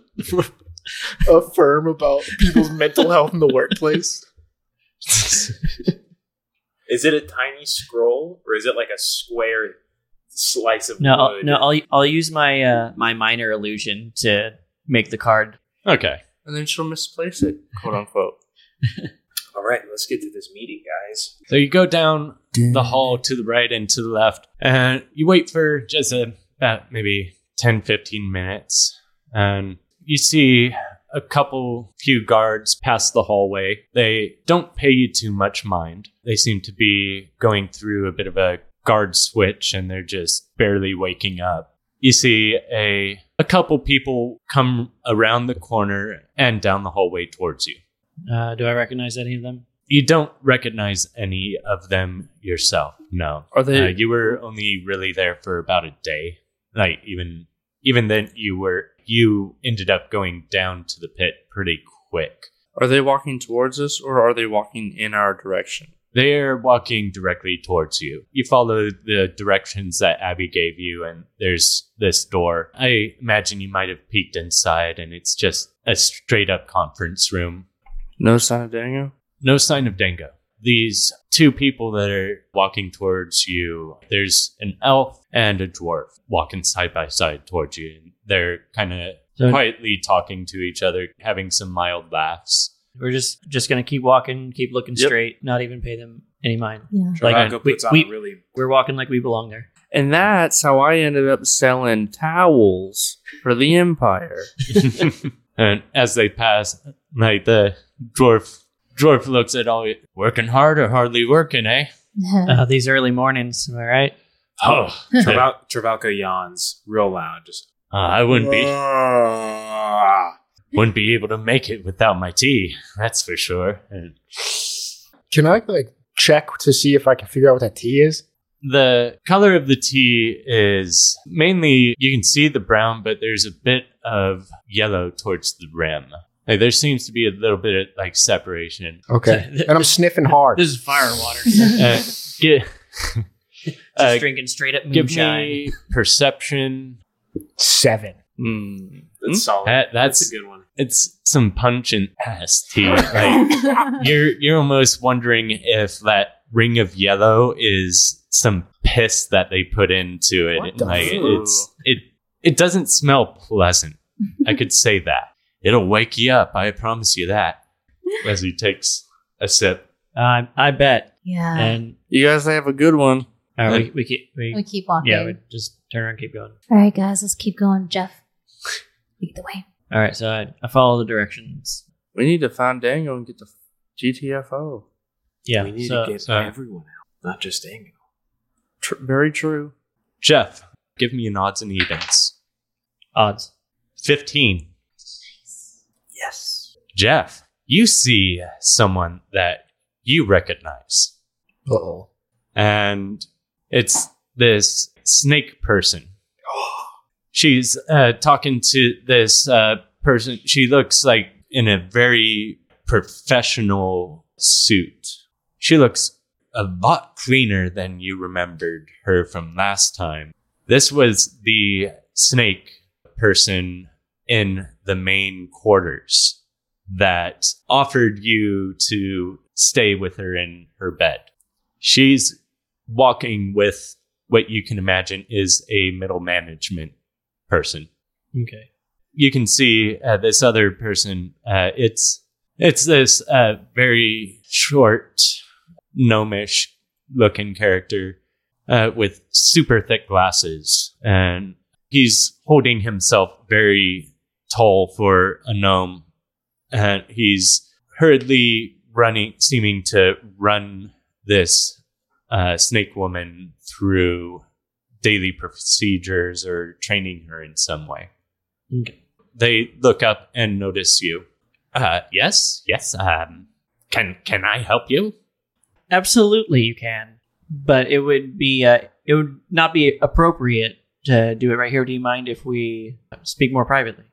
D: a firm about people's mental health in the workplace.
F: Is it a tiny scroll or is it like a square slice of
C: No, I'll,
F: wood?
C: no, I'll I'll use my uh, my minor illusion to make the card.
G: Okay.
E: And then she'll misplace it, quote unquote.
F: All right, let's get to this meeting, guys.
G: So you go down the hall to the right and to the left. And you wait for just a, about maybe 10, 15 minutes. And you see a couple few guards pass the hallway. They don't pay you too much mind. They seem to be going through a bit of a guard switch and they're just barely waking up. You see a a couple people come around the corner and down the hallway towards you
C: Uh, do I recognize any of them?
G: you don't recognize any of them yourself. No,
E: Are they-
G: Uh, you were only really there for about a day. Like even even then, you were you ended up going down to the pit pretty quick.
E: Are they walking towards us or are they walking in our direction?
G: They're walking directly towards you. You follow the directions that Abby gave you, and there's this door. I imagine you might have peeked inside, and it's just a straight up conference room
E: No sign of Daniel?
G: no sign of Dango. These two people that are walking towards you, there's an elf and a dwarf walking side by side towards you. They're kind of
C: So-
G: quietly talking to each other, having some mild laughs.
C: We're just just gonna keep walking, keep looking
E: Yep.
C: straight, not even pay them any mind.
B: Yeah.
C: Like
F: Drago
C: we,
F: puts on
C: we
F: a really
C: we're walking like we belong there.
E: And that's how I ended up selling towels for the Empire.
G: and as they pass, like the dwarf dwarf looks at all working hard or hardly working, eh?
C: Uh, these early mornings, am I right?
G: Oh,
F: Traval- Travalka yawns real loud. Just
G: uh, I wouldn't be
F: be.
G: wouldn't be able to make it without my tea. That's for sure. And
D: Can I like check to see if I can figure out what that T is?
G: the color of the tea is mainly you can see the brown, but there's a bit of yellow towards the rim. Like there seems to be a little bit of like separation.
D: Okay. and I'm sniffing hard.
C: This is fire and water.
G: Uh, gi-
C: Just
G: uh,
C: drinking straight up
G: give
C: moonshine.
G: me perception.
D: Seven.
E: Hmm.
F: That's solid.
G: That,
F: That's
G: that's
F: a good one.
G: it's some punch and ass tea. Like you're you're almost wondering if that ring of yellow is some piss that they put into it.
D: What the
G: like
D: fuck?
G: it's it it doesn't smell pleasant. I could say that. It'll wake you up. I promise you that. As he takes a sip.
C: Uh, I bet.
B: yeah.
C: And
E: You guys have a good one.
C: uh, we we keep
B: We
C: we
B: keep walking.
C: yeah we just turn around, and keep going.
B: All right, guys, let's keep going. Jeff, lead the way.
C: All right, so I, I follow the directions.
E: We need to find Dango and get the GTFO.
C: Yeah,
F: we need
C: so-
F: to get
G: so-
F: everyone out, not just Dango.
E: Tr- very true.
G: Jeff, give me an odds and evens.
C: odds.
G: Fifteen. Yes. Jeff, you see someone that you recognize.
D: Uh oh.
G: and it's this snake person. She's uh, talking to this uh, person. She looks like in a very professional suit. She looks a lot cleaner than you remembered her from last time. This was the snake person in the main quarters that offered you to stay with her in her bed. She's walking with what you can imagine is a middle management person.
C: Okay.
G: You can see uh, this other person. Uh, it's it's this uh, very short, gnomish looking character uh, with super thick glasses, and he's holding himself very tall for a gnome, and he's hurriedly running, seeming to run this uh, snake woman through daily procedures or training her in some way.
C: Okay.
G: They look up and notice you. Uh, yes, yes. Um, can can I help you?
C: Absolutely, you can, but it would be uh, it would not be appropriate to do it right here. Do you mind if we speak more privately?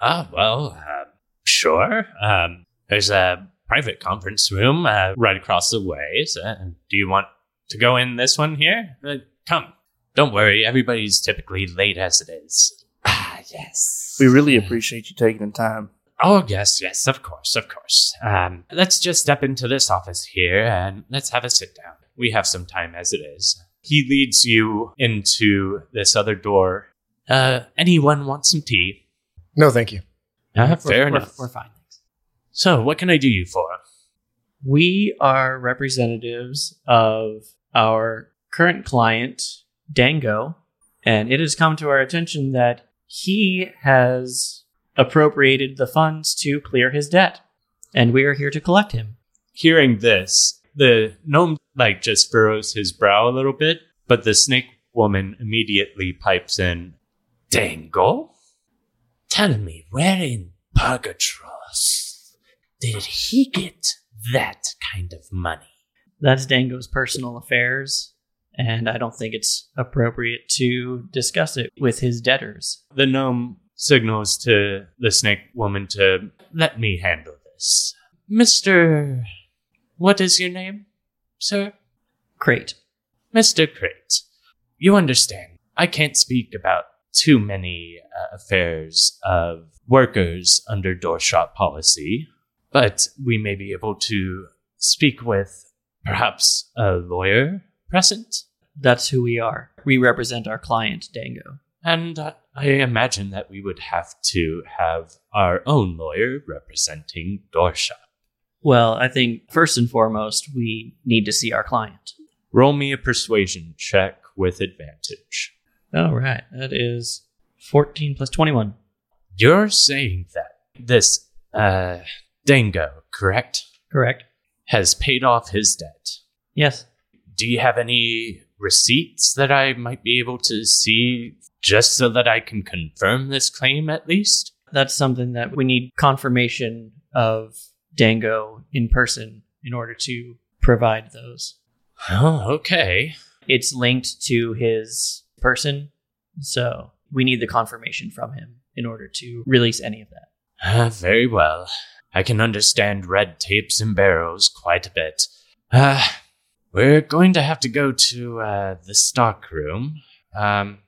G: Ah, well, uh, sure. Um, there's a private conference room uh, right across the way. So, uh, do you want to go in this one here? Uh, come. Don't worry, everybody's typically late as it is. Ah, yes.
E: We really appreciate you taking the time.
G: Oh, yes, yes, of course, of course. Um, let's just step into this office here and let's have a sit down. We have some time as it is. He leads you into this other door. Uh, anyone want some tea?
D: No, thank you.
C: We're-
G: Uh, fair
C: we're-
G: enough.
C: We're fine. Thanks.
G: So, what can I do you for?
C: We are representatives of our current client, Dango, and it has come to our attention that he has appropriated the funds to clear his debt, and we are here to collect him.
G: Hearing this, the gnome like just furrows his brow a little bit, but the snake woman immediately pipes in, "Dangle, tell me where in Purgatros did he get that kind of money?"
C: That's Dango's personal affairs, and I don't think it's appropriate to discuss it with his debtors.
G: The gnome signals to the snake woman to let me handle this, Mister. What is your name, sir?
C: Great.
G: Mr. Crate, you understand, I can't speak about too many uh, affairs of workers under doorshop policy, but we may be able to speak with perhaps a lawyer present.
C: That's who we are. We represent our client, Dango.
G: And uh, I imagine that we would have to have our own lawyer representing Dorshop.
C: Well, I think first and foremost, we need to see our client.
G: Roll me a persuasion check with advantage.
C: All right. That is 14 plus 21.
G: You're saying that this uh, Dango, correct,
C: Correct.
G: has paid off his debt.
C: Yes.
G: Do you have any receipts that I might be able to see just so that I can confirm this claim at least?
C: That's something that we need confirmation of Dango in person in order to provide those.
G: Oh, okay.
C: It's linked to his person, so we need the confirmation from him in order to release any of that.
G: Ah, very well. I can understand red tapes and barrows quite a bit. Uh, we're going to have to go to uh, the stock room. Um,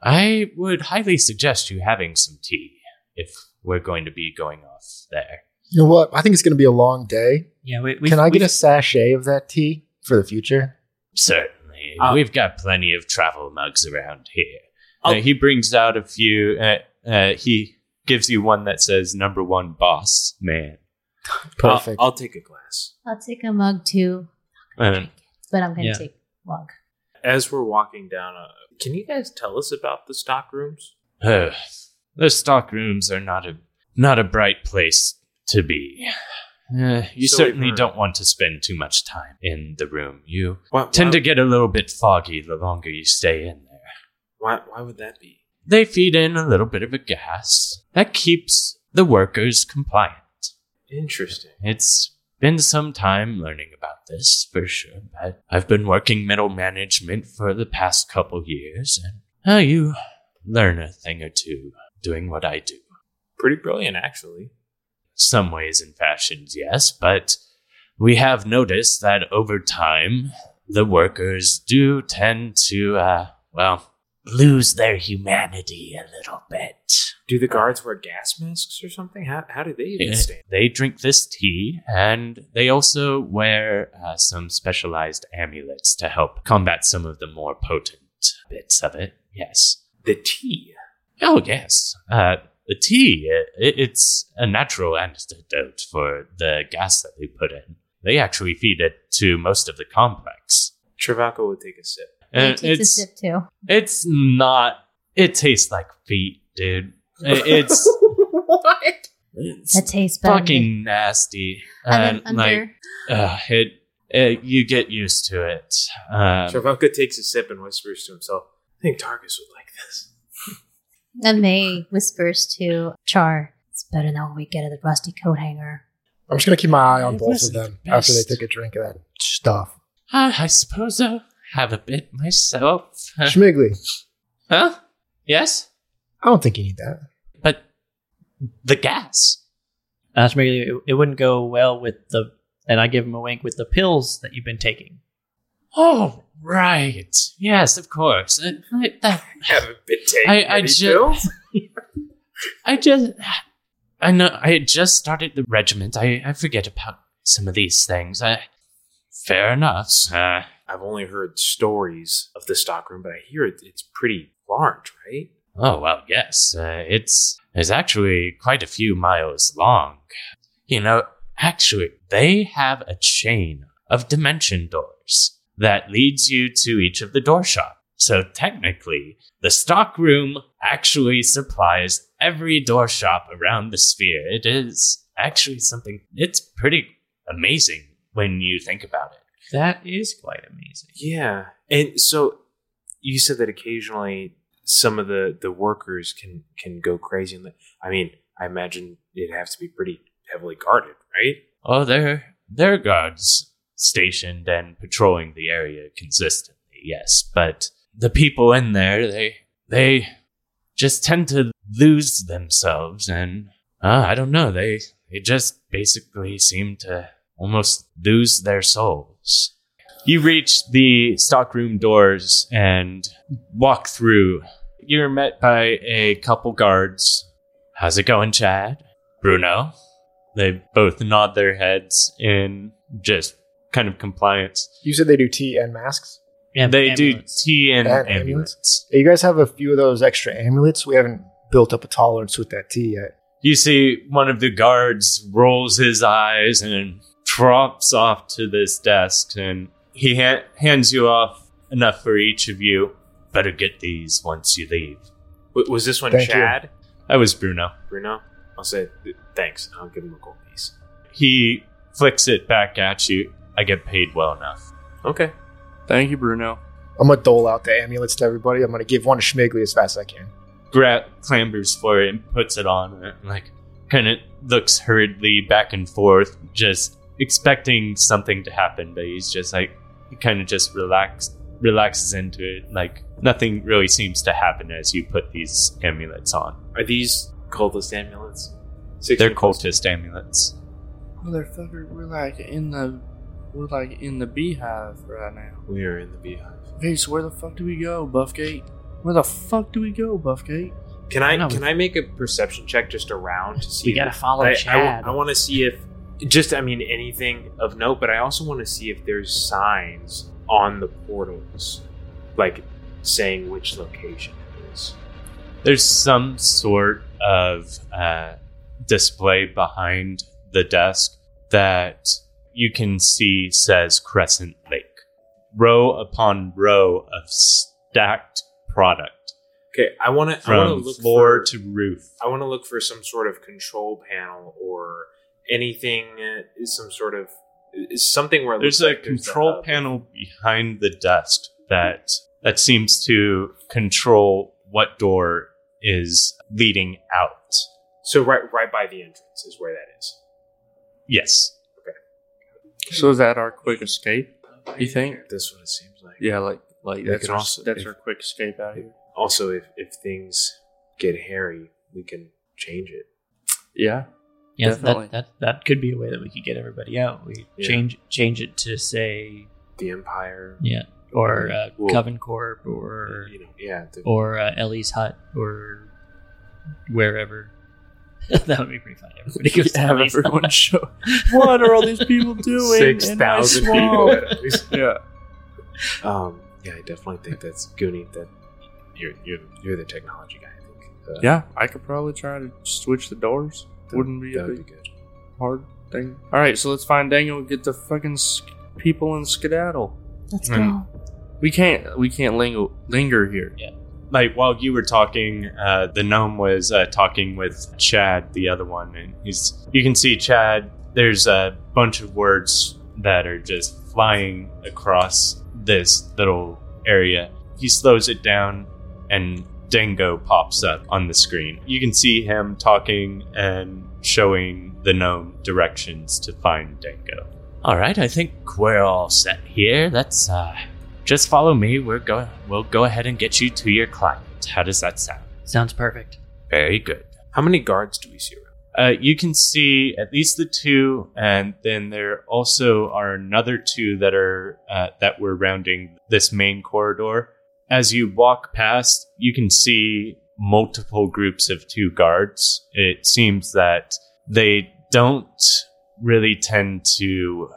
G: I would highly suggest you having some tea if we're going to be going off there.
D: You know what? I think it's going to be a long day.
C: Yeah, we, we
D: Can I get
C: we-
D: a sachet of that tea for the future?
G: Certainly.
F: Uh,
G: We've got plenty of travel mugs around here.
F: Oh.
G: Uh, he brings out a few. Uh, uh, he gives you one that says number one boss man.
F: I'll-
D: Perfect.
F: I'll, take a glass.
B: I'll take a mug too,
G: Um,
B: but I'm gonna
C: Yeah.
B: take mug.
F: As we're walking down, uh, can you guys tell us about the stock rooms?
G: uh, the stock rooms are not a not a bright place to be. Uh, you
F: So we've
G: certainly
F: heard.
G: don't want to spend too much time in the room. You
F: Why,
G: tend
F: why,
G: to get a little bit foggy the longer you stay in there.
F: Why, why would that be?
G: They feed in a little bit of a gas that keeps the workers compliant.
F: Interesting.
G: It's been some time learning about this for sure, but I've been working middle management for the past couple years, and how you learn a thing or two doing what I do.
F: Pretty brilliant, actually.
G: Some ways and fashions, yes, but we have noticed that over time, the workers do tend to, uh, well, lose their humanity a little bit.
F: Do the guards wear gas masks or something? How, how do they even
G: Yeah,
F: stand?
G: Eh, They drink this tea, and they also wear uh, some specialized amulets to help combat some of the more potent bits of it. Yes.
F: The tea.
G: Oh, yes. Uh, the tea, it, it's a natural antidote for the gas that they put in. They actually feed it to most of the complex.
F: Travaco would take a sip.
B: I'll
G: And
B: take a
G: Uh, it's,
B: sip too.
G: it's not. It tastes like feet, dude. It- It's.
B: what?
G: It's
B: That tastes better.
G: fucking nasty.
B: I'm
G: And,
B: an
G: like,
B: under.
G: uh, it, it you get used to it. Um,
F: Travaco takes a sip and whispers to himself, I think Targus would like this.
B: And May whispers to Char, "It's better than what we get at the rusty coat hanger."
D: I'm just going to keep my eye on
G: It
D: both
G: was
D: of them
G: the
D: after they
G: best.
D: take a drink of that stuff.
G: I, I suppose I'll have a bit myself. Uh,
D: Schmiggly,
G: huh? Yes,
D: I don't think you need that.
G: but the gas.
C: Ask me, it, it wouldn't go well with the, and I give him a wink with the pills that you've been taking.
G: Oh right, yes, of course. Uh, I, that,
F: Haven't been taking
G: I- I
F: any
G: ju-
F: pills?
G: I just, I know, I had just started the regiment. I, I forget about some of these things. I, fair enough. Uh,
F: I've only heard stories of the stockroom, but I hear it, it's pretty large, right?
G: Oh well, yes. Uh, it's it's actually quite a few miles long. You know, actually, they have a chain of dimension doors that leads you to each of the door shop. So technically, the stock room actually supplies every door shop around the sphere. It is actually something. It's pretty amazing when you think about it.
C: That is quite amazing.
F: Yeah. And so you said that occasionally some of the, the workers can, can go crazy. And I mean, I imagine it'd have to be pretty heavily guarded, right?
G: Oh, there, there are guards stationed and patrolling the area consistently. Yes, but the people in there, they they just tend to lose themselves, and uh, I don't know. They they just basically seem to almost lose their souls. You reach the stockroom doors and walk through. You're met by a couple guards. How's it going, Chad? Bruno? They both nod their heads in just kind of compliance.
D: You said they do tea and masks.
C: Yeah,
G: they
C: ambulance.
G: do tea and,
D: And
G: amulets.
D: Hey, you guys have a few of those extra amulets. We haven't built up a tolerance with that tea yet.
G: You see one of the guards rolls his eyes and trops off to this desk and he ha- hands you off enough for each of you. Better get these once you leave.
F: W- was this one
D: Thank you.
F: Chad?
G: That was Bruno.
F: Bruno? I'll say th- thanks. I'll give him a gold piece.
G: He flicks it back at you. I get paid well enough.
F: Okay.
E: Thank you, Bruno.
D: I'm gonna dole out the amulets to everybody. I'm gonna give one to Schmigley as fast as I can.
G: Grat clambers for it and puts it on and like kind of looks hurriedly back and forth, just expecting something to happen, but he's just like he kind of just relax relaxes into it. Like nothing really seems to happen as you put these amulets on.
F: Are these cultist amulets?
G: They're
F: 16 plus-
G: cultist amulets.
E: Motherfucker, we're like in the we're like in the beehive right now.
F: We are in the beehive.
E: Okay, so where the fuck do we go, Buffgate? Where the fuck do we go, Buffgate?
F: Can I
C: No.
F: can I make a perception check just around to see?
C: We gotta
F: if-
C: follow
F: I, I,
C: Oh, Chad.
F: want to see if just I mean anything of note, but I also want to see if there's signs on the portals, like saying which location it is.
G: There's some sort of uh, display behind the desk that you can see says Crescent Lake. Row upon row of stacked product
F: Okay, I want to I want to
G: from
F: look
G: floor
F: for,
G: to roof.
F: I want to look for some sort of control panel or anything, uh, some sort of something where it
G: There's
F: looks
G: a
F: like there's
G: control
F: hub.
G: panel behind the desk that that seems to control what door is leading out.
F: So right right by the entrance is where that is.
G: Yes.
E: So is that our quick escape? You think?
F: That's what it seems like.
E: Yeah, like like
F: We
E: that's
F: could
E: our,
F: also-
E: that's
F: if-
E: our quick escape out of here.
F: Also, if if things get hairy, we can change it.
E: Yeah.
C: Yeah,
E: Definitely.
C: that, that that could be a way that we could get everybody out. We
F: Yeah.
C: change change it to say
F: The Empire,
C: yeah, or uh,
F: Well-
C: Coven Corp, or
F: you know, Oh, yeah, the,
C: or uh, Ellie's hut, or wherever. that would be pretty funny. Everybody goes to
E: Have
C: Ellie's
E: everyone
C: hut.
E: show. What are all these people doing?
F: six
E: in my
F: thousand people.
E: swamp?
F: At least.
E: Yeah.
F: Um, yeah, I definitely think that's Goonie. That you're you're you're the technology guy. I think. Uh,
E: Yeah, I could probably try to switch the doors.
F: that-
E: Wouldn't be
F: that
E: a
F: would be
E: big
F: good.
E: hard thing. All right, so let's find Daniel and get the fucking sk- people in skedaddle.
B: Let's
G: Mm.
B: go.
E: We can't we can't linger linger here.
G: like while you were talking, uh, the gnome was uh, talking with Chad, the other one, and he's. You can see Chad. There's a bunch of words that are just flying across this little area. He slows it down, and Dango pops up on the screen. You can see him talking and showing the gnome directions to find Dango.
A: All right, I think we're all set here. Let's uh, just follow me. We're going. We'll go ahead and get you to your client. How does that sound?
C: Sounds perfect.
A: Very good.
F: How many guards do we see around?
G: Uh, you can see at least the two, and then there also are another two that are uh, that were rounding this main corridor. As you walk past, you can see multiple groups of two guards. It seems that they don't really tend to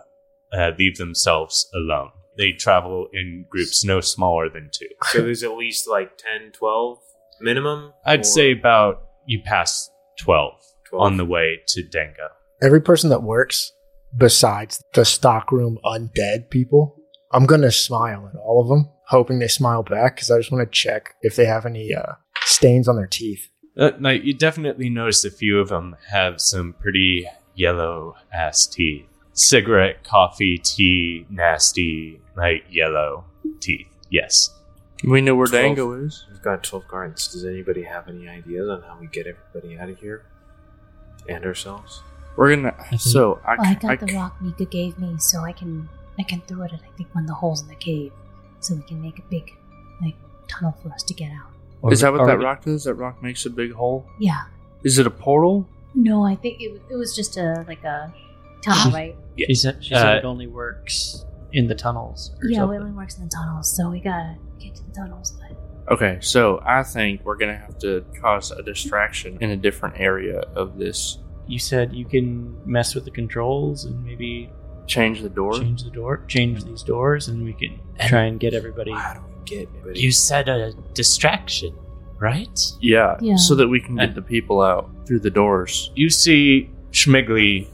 G: uh, leave themselves alone. They travel in groups no smaller than two.
F: So there's at least like 10, 12 minimum.
G: I'd
F: or
G: say about you pass twelve
F: 12?
G: on the way to Dango.
D: Every person that works, besides the stockroom undead people, I'm gonna smile at all of them, hoping they smile back because I just want to check if they have any uh, stains on their teeth.
G: Uh, now, you definitely notice a few of them have some pretty yellow ass teeth. Cigarette, coffee, tea, nasty, like yellow teeth. Yes.
E: We know where
F: Twelve.
E: Dango is.
F: We've got 12 guards. Does anybody have any ideas on how we get everybody out of here and ourselves?
E: We're gonna.
C: think-
E: so I,
B: Well, I
E: ca-
B: got
E: I
B: the
E: ca-
B: rock Mika gave me, so I can I can throw it at I think one of the holes in the cave, so we can make a big like tunnel for us to get out.
C: Or-
E: Is that what
C: or-
E: that rock does? That rock makes a big hole.
B: Yeah.
E: Is it a portal?
B: No, I think it, it was just a like a tunnel, right?
C: She said she said
G: Uh,
C: it only works in the tunnels. Or
B: Yeah,
C: something.
B: Wayland works in the tunnels, so we gotta get to the tunnels. But
E: Okay, so I think we're gonna have to cause a distraction in a different area of this.
C: you said you can mess with the controls and maybe
E: Change the door.
C: change the door, change these doors, and we can try and get everybody.
F: How do we get everybody?
A: You said a distraction, right?
E: Yeah,
B: Yeah.
E: so that we can
G: Uh,
E: get the people out through the doors.
G: You see Schmigley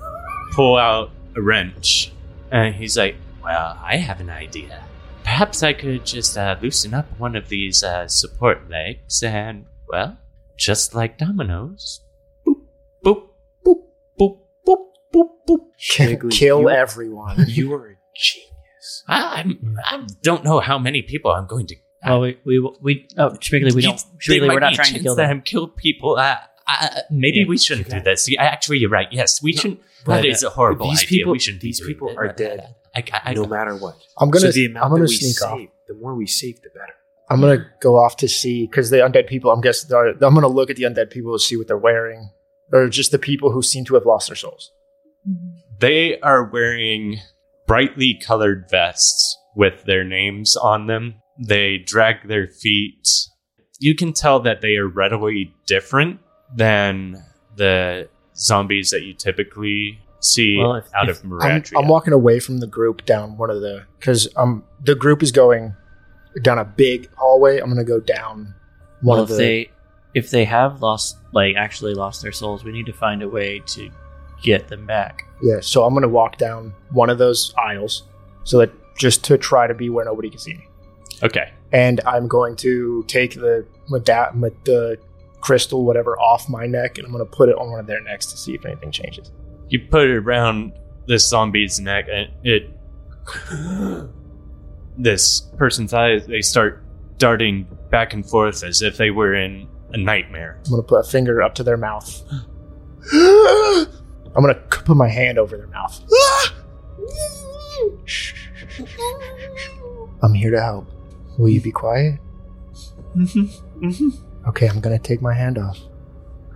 G: pull out a wrench.
A: And he's like, Well, I have an idea. Perhaps I could just uh, loosen up one of these uh, support legs, and, well, just like dominoes. Boop, boop, boop, boop, boop, boop, boop.
F: Jiggly,
D: Kill
F: you-
D: everyone.
F: You are a genius.
A: I, I'm, I don't know how many people I'm going to.
C: Oh, we we we. Oh, Shmigley, we
A: You-
C: don't. Shmigley,
A: might
C: we're not
A: be a
C: trying to
A: chance
C: kill
A: that
C: them.
A: I'm kill people. Uh, uh, maybe
C: Yeah.
A: we shouldn't do this. Yeah, actually, you're right. Yes, we shouldn't. that
F: but,
A: is a horrible
F: these
A: idea.
F: people-
A: we shouldn't. be
F: these
A: doing
F: people
A: that.
F: are dead.
A: I, I, I,
F: no matter what.
D: I'm gonna.
F: so the amount
D: I'm gonna
F: that we
D: sneak off.
F: save, the more we save, the better.
D: I'm gonna go off to see because the undead people. I'm guessing they're- I'm gonna look at the undead people to see what they're wearing, or just the people who seem to have lost their souls.
G: They are wearing brightly colored vests with their names on them. They drag their feet. You can tell that they are readily different than the zombies that you typically see
C: Well, if-
G: out
C: if-
G: of
D: I'm,
G: Miradria.
D: I'm walking away from the group down one of the because um the group is going down a big hallway. I'm gonna go down one
C: Well,
D: of
C: if
D: the.
C: they if they have lost, like actually lost their souls, we need to find a way to get them back.
D: yeah, so I'm gonna walk down one of those aisles so that just to try to be where nobody can see me.
G: okay.
D: and I'm going to take the meda- med- the crystal whatever off my neck, and I'm going to put it on one of their necks to see if anything changes.
G: You put it around this zombie's neck, and it. this person's eyes, they start darting back and forth as if they were in a nightmare.
D: I'm going to put a finger up to their mouth. I'm going to put my hand over their mouth. I'm here to help. Will you be quiet? Okay, I'm going to take my hand off.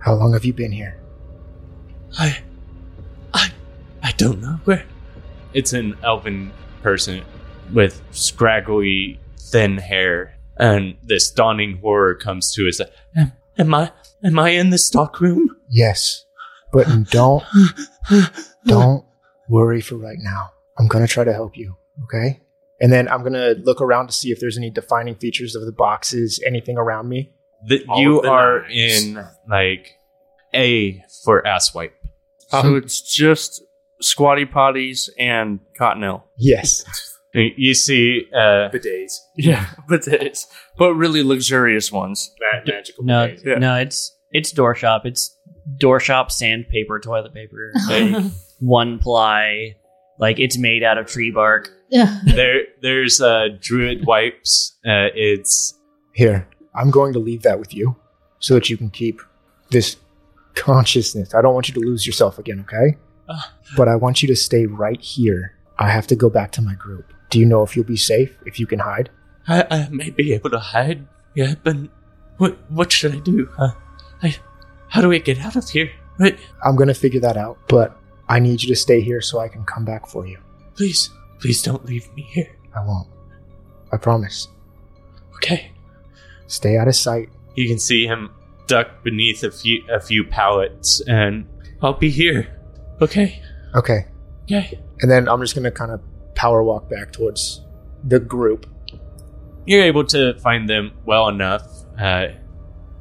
D: How long have you been here?
A: I, I, I don't know where.
G: It's an elven person with scraggly, thin hair, and this dawning horror comes to his.
A: Am, am I? Am I in the stock room?
D: Yes, but don't Don't worry for right now. I'm going to try to help you, okay? And then I'm going to look around to see if there's any defining features of the boxes, anything around me.
G: That
F: All
G: you
F: of the
G: are
F: knives.
G: in like A for ass wipe.
D: Um,
E: so it's just squatty potties and cottonelle.
D: Yes.
G: You see, uh,
F: Bidets.
E: Yeah, but it's but really luxurious ones.
F: Ma- magical
C: No,
F: bidets.
E: Yeah.
C: no, it's it's door shop. It's door shop sandpaper, toilet paper, like, one ply. Like it's made out of tree bark.
G: there there's uh, druid wipes. Uh, it's
D: Here, I'm going to leave that with you so that you can keep this consciousness. I don't want you to lose yourself again, okay?
A: Ah.
D: But I want you to stay right here. I have to go back to my group. Do you know if you'll be safe, if you can hide?
A: I, I may be able to hide. Yeah, but what? What should I do? Uh, I, how do I get out of here? Wait,
D: I'm going to figure that out, but I need you to stay here so I can come back for you.
A: please, please don't leave me here.
D: I won't. I promise.
A: Okay.
D: Stay out of sight.
G: you can see him duck beneath a few a few pallets, and
A: I'll be here. Okay.
D: Okay.
A: Okay.
D: And then I'm just gonna kind of power walk back towards the group.
G: you're able to find them well enough. Uh,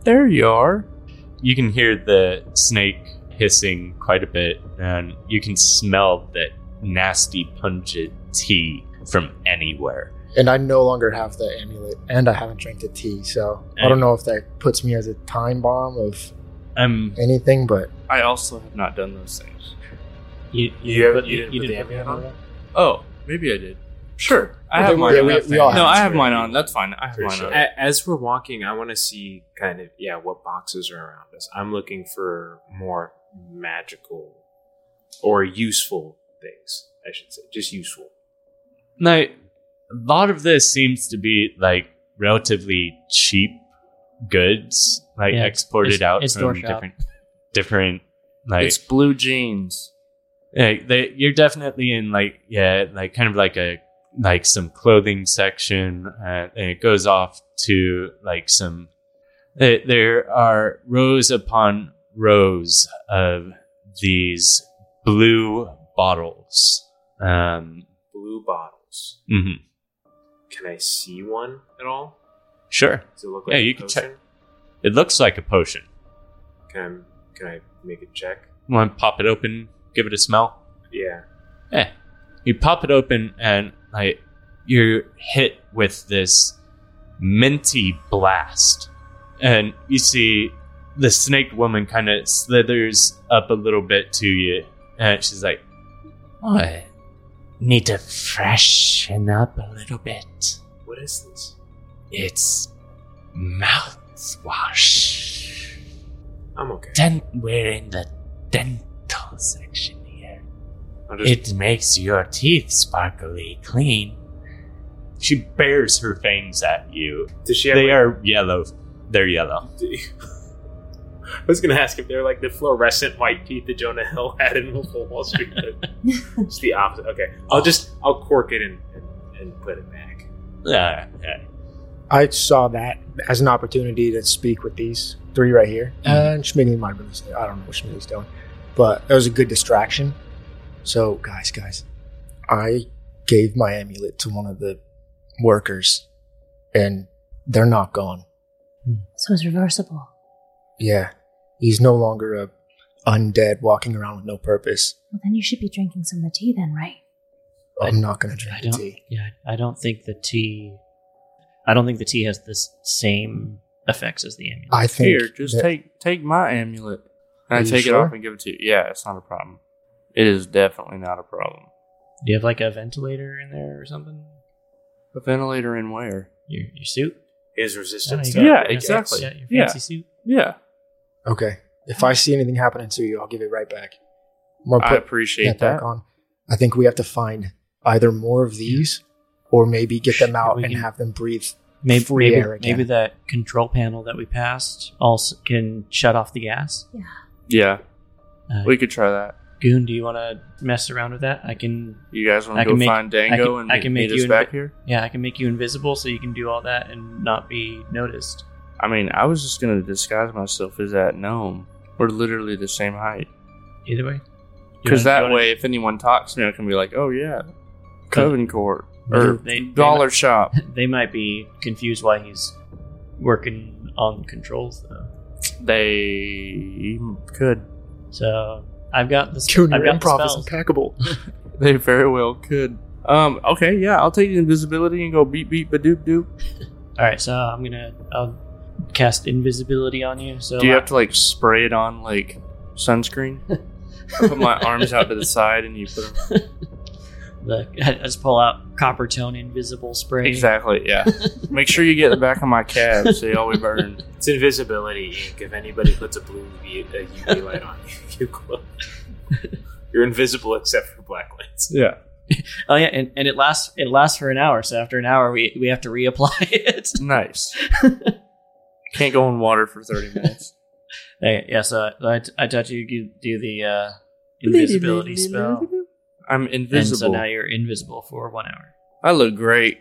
E: There you are.
G: you can hear the snake hissing quite a bit, and you can smell that nasty pungent tea from anywhere.
D: And I no longer have the amulet, and I haven't drank the tea, so I don't know if that puts me as a time bomb of
G: Um,
D: anything, but
E: I also have not done those things.
C: You,
F: You haven't- you didn't put the
C: put the
F: amulet on?
C: amulet
E: Oh, maybe I did. Sure, I have
D: we-
E: mine.
D: yeah,
E: on.
D: we-
E: That's
D: we
E: fine.
D: all have
E: no, I
F: it.
E: have mine on. That's fine. I have
G: Pretty
E: mine
G: sure.
E: on.
F: A- As we're walking, I want to see kind of yeah what boxes are around us. I'm looking for more magical or useful things. I should say just useful.
G: Now, a lot of this seems to be like relatively cheap goods, like
C: Yeah,
G: exported
C: it's-
G: out
C: it's door
G: from
C: shop.
G: different, different. Like,
E: It's blue jeans.
G: like they, you're definitely in like yeah, like kind of like a like some clothing section, uh, and it goes off to like some. there- there are rows upon rows of these blue bottles. Um,
F: Blue bottles.
G: mhm.
F: Can I see one at all?
G: Sure,
F: Does it look
G: Yeah,
F: like
G: you
F: a
G: can check.
F: potion?
G: it looks like a potion.
F: Can I, can I make a check?
G: Want to pop it open, give it a smell?
F: Yeah.
G: Eh. You pop it open and like you're hit with this minty blast. And you see the snake woman kind of slithers up a little bit to you. And she's like,
A: I need to freshen up a little bit.
F: What is this?
A: It's mouthwash.
F: I'm okay.
A: Dent, we're in the dental section here.
F: I'm just,
A: It makes your teeth sparkly clean.
G: she bares her fangs at you.
F: does she have?
G: they
F: like-
G: are yellow. They're yellow.
F: I was gonna ask if they're like the fluorescent white teeth that Jonah Hill had in Wolf of Wall Street. But it's the opposite. Okay, I'll just I'll cork it and and, and put it back.
G: Yeah, Ah, yeah.
D: I saw that as an opportunity to speak with these three right here. And Schmigley might release it. I don't know what Schmigley's doing. But it was a good distraction. So, guys, guys, I gave my amulet to one of the workers, and they're not gone.
B: So it's reversible.
D: Yeah. He's no longer a undead walking around with no purpose.
B: Well, then you should be drinking some of the tea, then, right?
D: I'm not going to
C: I
D: drink the
C: don't.
D: tea.
C: Yeah, I don't think the tea. I don't think the tea has the s- same effects as the amulet.
D: I think
E: Here, just
D: that-
E: take take my amulet. And
D: Are
E: I
D: you
E: take it off
D: sure?
E: and give it to you. Yeah, it's not a problem. It is definitely not a problem.
C: Do you have like a ventilator in there or something?
E: A ventilator in where?
C: Your your suit?
F: Is resistance?
E: Yeah, you
F: to-
E: got it. exactly.
C: Yeah, your
E: Yeah.
C: fancy suit.
E: Yeah,
D: Okay. If I see anything happening to you, I'll give it right back. I'm gonna
E: I
D: put
E: appreciate
D: that back
E: that.
D: on. I think we have to find either more of these or maybe get them out
C: We
D: and
C: can-
D: have them breathe.
C: Maybe
D: Free
C: maybe,
D: air again.
C: maybe that control panel that we passed also can shut off the gas.
E: Yeah,
C: Uh,
E: we could try that.
C: Goon, do you want to mess around with that? I can.
E: You guys
C: I
E: want to
C: can
E: go
C: make-
E: find Dango
C: can-
E: and
C: I can
E: meet
C: make
E: us
C: you
E: back
C: invi-
E: here?
C: Yeah, I can make you invisible so you can do all that and not be noticed.
E: I mean, I was just gonna disguise myself as that gnome. We're literally the same height.
C: Either way. You
E: Because
C: wanna-
E: that
C: you wanna-
E: way, if anyone talks to me, I can be like, "Oh yeah, Coven Court or
C: They- they-
E: Dollar Shop."
C: they might be confused why he's working on the controls though.
E: They could.
C: So I've got the sp-
D: Junior
C: I've got the
D: improv is
C: spells.
D: impeccable.
E: They very well could. Um. Okay. Yeah, I'll take the invisibility and go beep beep ba doop doop.
C: All right, so I'm gonna I'll cast invisibility on you. So
E: Do you have to like spray it on like sunscreen? I put my arms out to the side and you put them.
C: the, I just pull out copper tone invisible spray.
E: Exactly. Yeah. Make sure you get the back of my calves. They always burn.
F: It's invisibility ink. If anybody puts a blue U- a UV light on you, you glow. You're invisible except for black lights.
E: Yeah.
C: Oh yeah, and, and it lasts it lasts for an hour. So after an hour, we we have to reapply it.
E: Nice. Can't go in water for thirty minutes.
C: Okay, yeah, so I, I touch you, you do the uh, invisibility spell,
E: I'm
C: and so
E: invisible.
C: now you're invisible for one hour.
E: I look great,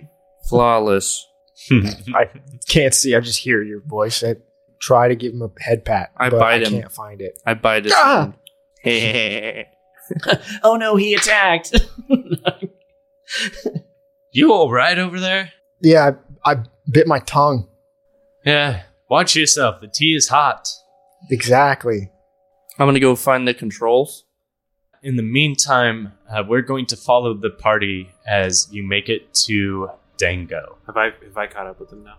E: flawless.
D: I can't see. I just hear your voice. I try to give him a head pat.
E: I
D: but
E: bite
D: I
E: him.
D: can't find it.
E: I buy this.
D: Ah!
C: oh no, he attacked.
G: You all right over there?
D: Yeah, I, I bit my tongue.
G: Yeah. Watch yourself. The tea is hot.
D: Exactly.
E: I'm gonna go find the controls.
G: In the meantime, uh, we're going to follow the party as you make it to Dango.
F: Have I have I caught up with them now?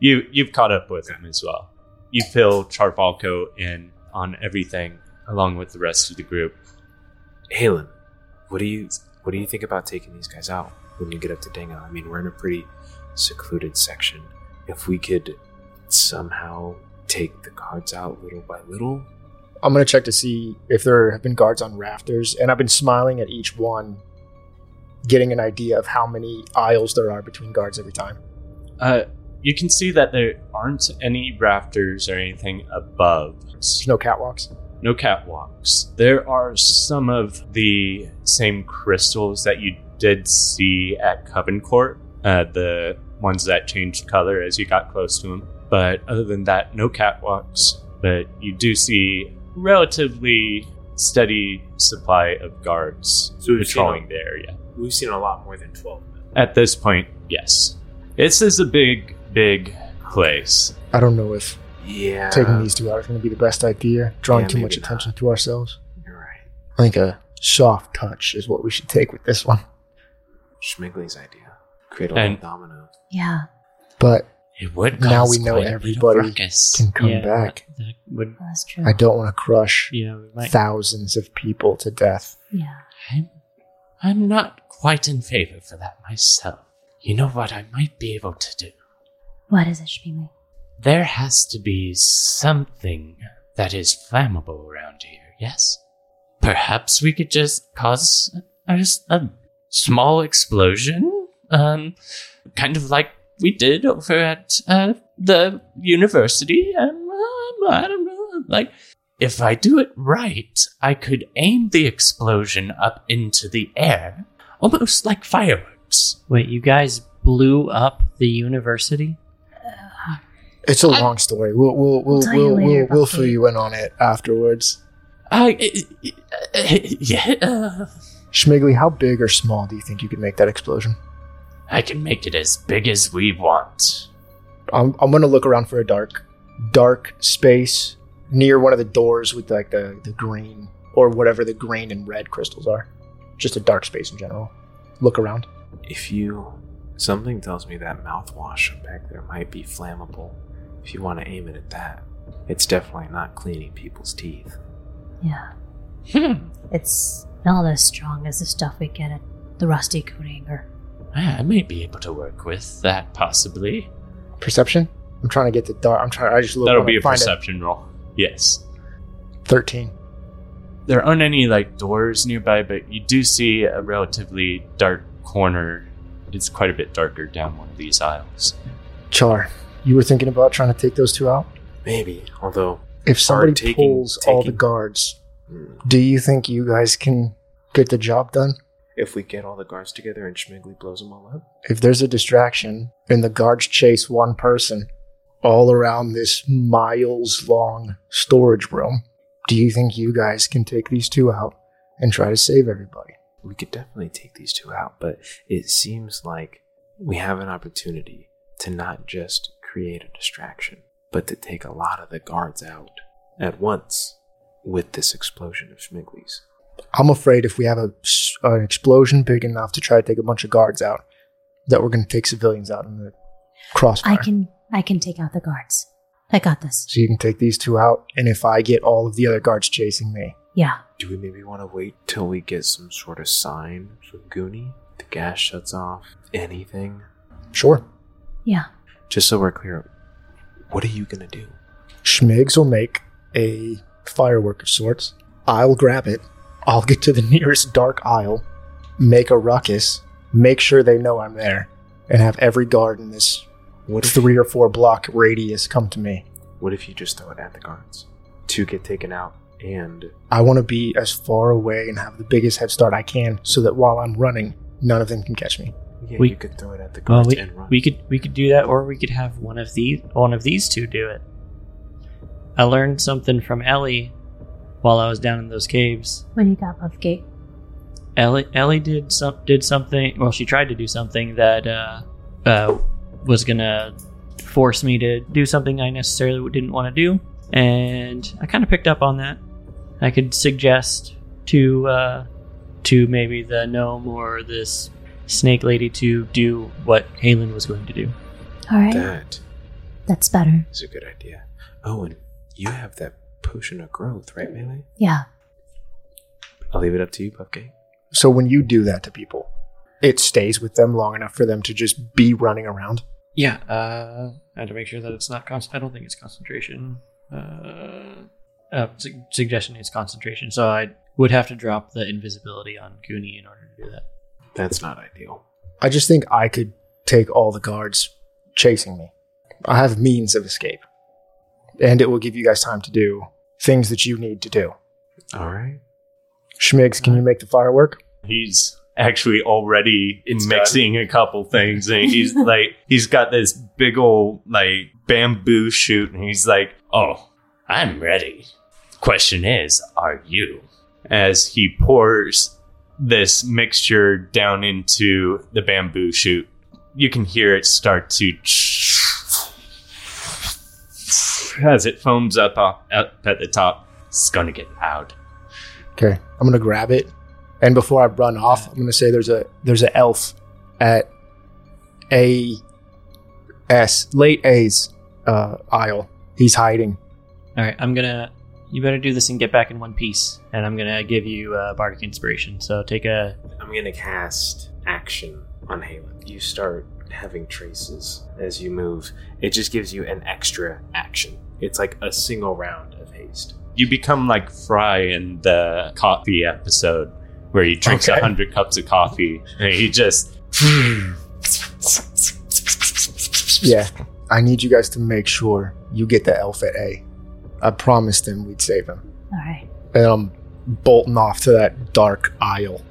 G: You you've caught up with him as well. You fill Charvalco in on everything along with the rest of the group.
F: Halen, what do you what do you think about taking these guys out when you get up to Dango? I mean, we're in a pretty secluded section. If we could somehow take the guards out little by little,
D: I'm going to check to see if there have been guards on rafters. And I've been smiling at each one, getting an idea of how many aisles there are between guards every time.
G: Uh, you can see that there aren't any rafters or anything above.
D: There's no catwalks.
G: no catwalks. There are some of the same crystals that you did see at Coven Court, uh, the ones that changed color as you got close to them. But other than that, no catwalks. But you do see relatively steady supply of guards
F: So we've seen
G: patrolling
F: a-
G: the area.
F: we've seen a lot more than twelve men.
G: At this point, yes. This is a big, big place.
D: I don't know if
F: Yeah,
D: taking these two out is going to be the best idea, drawing
F: Yeah,
D: too much
F: maybe not.
D: attention to ourselves.
F: you're right.
D: I think a soft touch is what we should take with this one.
F: Schmigley's idea. Create a
E: And-
F: little domino.
B: Yeah.
D: But
A: It would
D: Now
A: cause
D: we know
A: quite a bit of
D: everybody
A: ruckus.
D: can come
C: yeah,
D: back.
C: That, that would,
B: Well, that's true.
D: I don't want to crush
C: yeah, we might.
D: thousands of people to death.
B: yeah.
A: I'm, I'm not quite in favor for that myself. You know what I might be able to do?
B: What is it, Shmini?
A: There has to be something that is flammable around here, yes? Perhaps we could just cause a, a small explosion? Um, kind of like we did over at uh, the university. And, um, I don't know. Like, if I do it right, I could aim the explosion up into the air, almost like fireworks.
C: Wait, you guys blew up the university?
D: It's a long story. We'll we'll we'll
B: tell you
D: we'll,
B: later
D: we'll,
B: about
D: we'll fill
B: that.
D: you in on it afterwards.
A: I, yeah, uh,
D: Schmigley, how big or small do you think you could make that explosion?
A: I can make it as big as we want.
D: I'm I'm gonna look around for a dark dark space near one of the doors with like the, the green or whatever the green and red crystals are. Just a dark space in general. Look around.
F: If you. Something tells me that mouthwash back there might be flammable. If you want to aim it at that, it's definitely not cleaning people's teeth.
B: Yeah.
A: Hmm.
B: It's not as strong as the stuff we get at the Rusty Cooninger.
A: I may be able to work with that possibly.
D: Perception? I'm trying to get the dark I'm trying I just look
A: That'll
D: around
A: be a
D: and find
A: perception roll. Yes.
D: Thirteen.
A: There aren't any like doors nearby, but you do see a relatively dark corner. It's quite a bit darker down one of these aisles.
D: Char, you were thinking about trying to take those two out?
F: Maybe, although.
D: If somebody
F: taking-
D: pulls all the
F: taking-
D: guards,
F: hmm,
D: do you think you guys can get the job done?
F: If we get all the guards together and Schmigley blows them all up,
D: If there's a distraction and the guards chase one person all around this miles long storage room, do you think you guys can take these two out and try to save everybody?
F: we could definitely take these two out, but it seems like we have an opportunity to not just create a distraction, but to take a lot of the guards out at once with this explosion of Schmigley's.
D: I'm afraid if we have a, s- an explosion big enough to try to take a bunch of guards out, that we're going to take civilians out in the crossfire.
B: I can I can take out the guards. I got this.
D: so you can take these two out, and if I get all of the other guards chasing me,
B: Yeah.
F: Do we maybe want to wait till we get some sort of sign from Goonie? The gas shuts off, anything?
D: sure.
B: Yeah.
F: Just so we're clear, what are you going to do?
D: Schmigs will make a firework of sorts. I'll grab it. I'll get to the nearest dark aisle, make a ruckus, make sure they know I'm there, and have every guard in this
F: What if,
D: three or four block radius come to me.
F: what if you just throw it at the guards? Two get taken out, and
D: I want to be as far away and have the biggest head start I can so that while I'm running, none of them can catch me.
F: yeah,
C: We-
F: you could throw it at the
C: Well,
F: guards
C: we,
F: and run.
C: we could we could do that, or we could have one of these one of these two do it. I learned something from Ellie while I was down in those caves.
B: What do you got, Buffgate?
C: Ellie Ellie did some did something. Well, she tried to do something that uh, uh, was gonna force me to do something I necessarily didn't want to do, and I kind of picked up on that. I could suggest to uh, to maybe the gnome or this snake lady to do what Halen was going to do.
B: All right.
F: That
B: That's better.
F: is a good idea. Oh, and you have that potion of growth, right, Melee?
B: Yeah.
F: I'll leave it up to you, Puffcake.
D: So when you do that to people, it stays with them long enough for them to just be running around.
C: Yeah, uh, I had to make sure that it's not. Con- I don't think it's concentration. Uh, uh, su- suggestion is concentration, so I would have to drop the invisibility on Goonie in order to do that.
F: That's not ideal.
D: I just think I could take all the guards chasing me. I have means of escape. And it will give you guys time to do things that you need to do.
F: All right.
D: Schmigs, can you make the firework?
G: He's actually already
F: It's
G: mixing a couple things and he's like he's got this big old like bamboo shoot and he's like
A: Oh, I'm ready. Question is, are you?
G: as he pours this mixture down into the bamboo shoot you can hear it start to as it foams up, up at the top
A: It's gonna get loud.
D: Okay. I'm going to grab it And before I run off, I'm going to say there's a there's an elf at a s late A's uh, aisle. He's hiding.
C: All right, I'm gonna. You better do this and get back in one piece. And I'm gonna give you uh, bardic inspiration. So take a.
F: I'm gonna cast action on Halen. You start having traces as you move. It just gives you an extra action. It's like a single round of haste.
I: You become like Fry in the coffee episode where he drinks a
D: Okay.
I: hundred cups of coffee and he just
D: Yeah, I need you guys to make sure you get the elf at A. I promised him we'd save him.
B: All right.
D: And I'm bolting off to that dark aisle.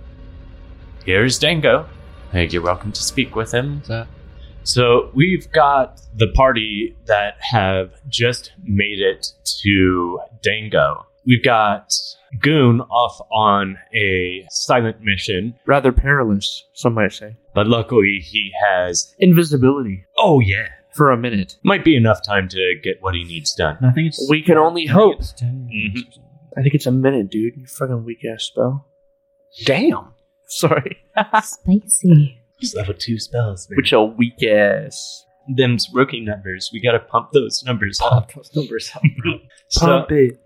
I: here's Dango. Hey, you're welcome to speak with him. So- So we've got the party that have just made it to Dango. We've got Goon off on a silent mission,
E: Rather perilous, some might say.
I: but luckily he has.
E: Invisibility
I: Oh yeah,
E: for a minute.
I: might be enough time to get what he needs done.
C: I think it's.
E: We can only hope.
I: Mhm.
E: I think it's a minute, dude. You fucking weak ass spell.
D: Damn.
E: Sorry.
B: Spicy.
I: It's level two spells, man.
E: Which a weak ass.
I: them's rookie numbers. We gotta pump those numbers up. So-
E: Pump it.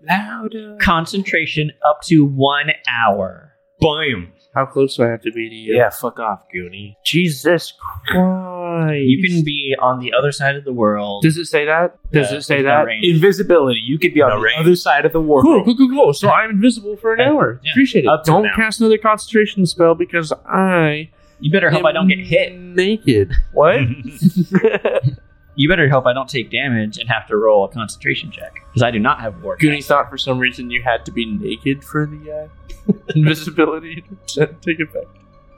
C: concentration up to one hour.
I: Boom.
E: How close do I have to be to you?
F: fuck off, Goonie.
E: Jesus Christ.
C: You can be on the other side of the world.
E: Does it say that? Does it say
C: there's no
E: that?
C: range.
F: Invisibility. You could be on
I: No
F: the
I: range.
F: other side of the
E: Cool,
F: world.
E: cool, cool, cool. So I'm invisible for an
C: Yeah.
E: hour.
C: Yeah.
E: Appreciate it.
F: Up to
E: Don't
F: now.
E: cast another concentration spell because I
C: you better hope I don't get hit.
E: naked. What?
C: You better hope I don't take damage and have to roll a concentration check because I do not have war.
E: Goonie thought for some reason you had to be naked for the uh, invisibility to take it back.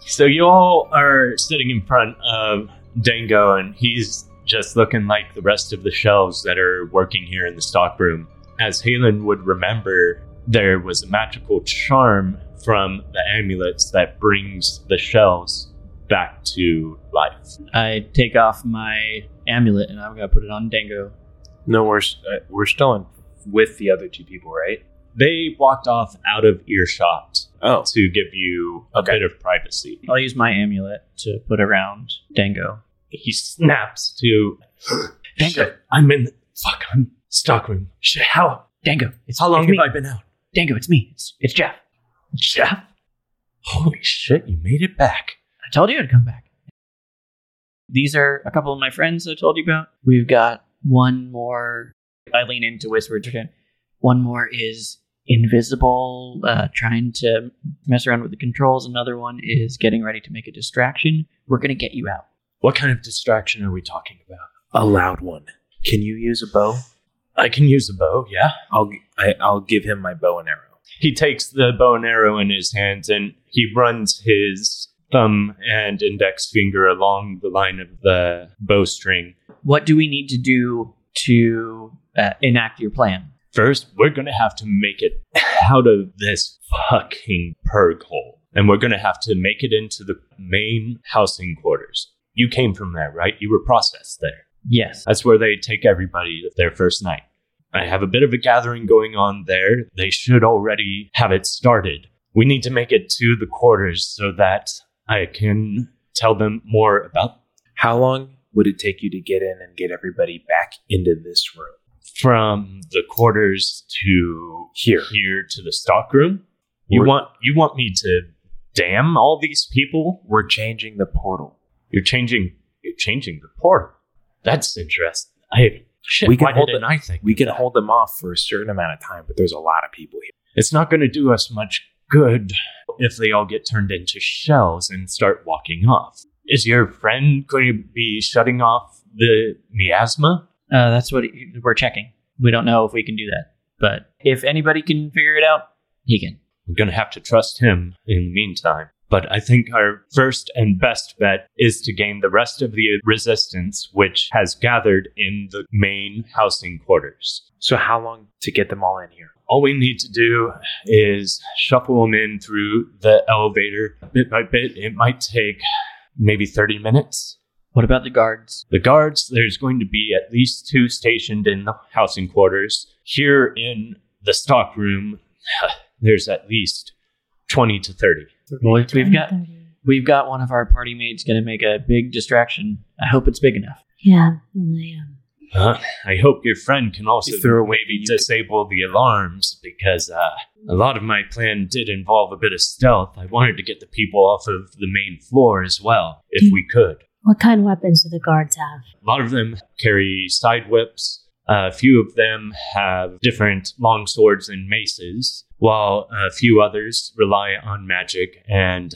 I: so you all are sitting in front of Dango, and he's just looking like the rest of the shelves that are working here in the stock room. As Halen would remember, there was a magical charm from the amulets that brings the shells back to life.
C: I take off my amulet and I'm gonna put it on Dango.
F: No, we're s- uh, we're still in with the other two people, right?
I: They walked off out of earshot
F: Oh,
I: to give you a bit of privacy.
C: I'll use my amulet to put around Dango.
I: he snaps to Dango. I'm in. Fuck. I'm stockroom. Shit. How
C: Dango, it's
I: how long
C: it's me.
I: have I been out?
C: Dango, it's me. It's it's Jeff.
I: Jeff. Holy shit! You made it back.
C: I told you I'd come back. These are a couple of my friends I told you about. We've got one more. I lean in to whisper to him. One more is invisible, uh, trying to mess around with the controls. Another one is getting ready to make a distraction. We're gonna get you out.
I: What kind of distraction are we talking about?
F: a loud one. Can you use a bow?
I: I can use a bow. Yeah.
F: I'll g- I, I'll give him my bow and arrow.
I: He takes the bow and arrow in his hands and he runs his thumb and index finger along the line of the bowstring.
C: What do we need to do to uh, enact your plan?
I: First, we're going to have to make it out of this fucking perg hole. And we're going to have to make it into the main housing quarters. You came from there, right? You were processed there.
C: Yes.
I: That's where they take everybody their first night. I have a bit of a gathering going on there. They should already have it started. We need to make it to the quarters so that I can tell them more about
F: How long would it take you to get in and get everybody back into this room?
I: from the quarters to
F: Here.
I: here to the stockroom. You
F: We're-
I: want you want me to damn all these people?
F: We're changing the portal.
I: You're changing you're changing the portal. That's interesting. I shit.
F: We can
I: why
F: hold
I: didn't
F: the-
I: I think?
F: We
I: of
F: can
I: that?
F: hold them off for a certain amount of time, but there's a lot of people here.
I: It's not going to do us much good if they all get turned into shells and start walking off. Is your friend going to be shutting off the miasma?
C: Uh, that's what he- we're checking. We don't know if we can do that, but if anybody can figure it out, he can.
I: We're going to have to trust him in the meantime. But I think our first and best bet is to gain the rest of the resistance, which has gathered in the main housing quarters.
F: So how long to get them all in here?
I: All we need to do is shuffle them in through the elevator bit by bit. It might take maybe 30 minutes.
C: What about the guards?
I: The guards, there's going to be at least two stationed in the housing quarters. Here in the stock room, there's at least 20 to 30.
C: Well, we've got
B: 20, 30.
C: we've got one of our party mates going to make a big distraction. I hope it's big enough.
B: Yeah, and I um,
I: Huh? I hope your friend can also
F: You threw away
I: maybe disable the alarms because uh, a lot of my plan did involve a bit of stealth. I wanted to get the people off of the main floor as well, if we could.
B: what kind of weapons do the guards have?
I: A lot of them carry side whips. A few of them have different long swords and maces, while a few others rely on magic and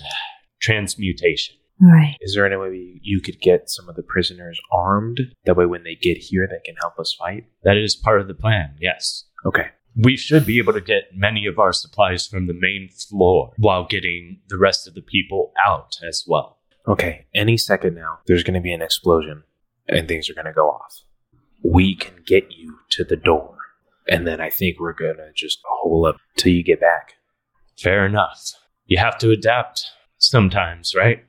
I: transmutation.
B: All right.
F: Is there any way you could get some of the prisoners armed? That way, when they get here, they can help us fight.
I: That is part of the plan, yes.
F: Okay.
I: We should be able to get many of our supplies from the main floor while getting the rest of the people out as well.
F: Okay. Any second now, there's going to be an explosion, and things are going to go off. We can get you to the door, and then I think we're going to just hole up till you get back.
I: Fair enough. You have to adapt sometimes, right?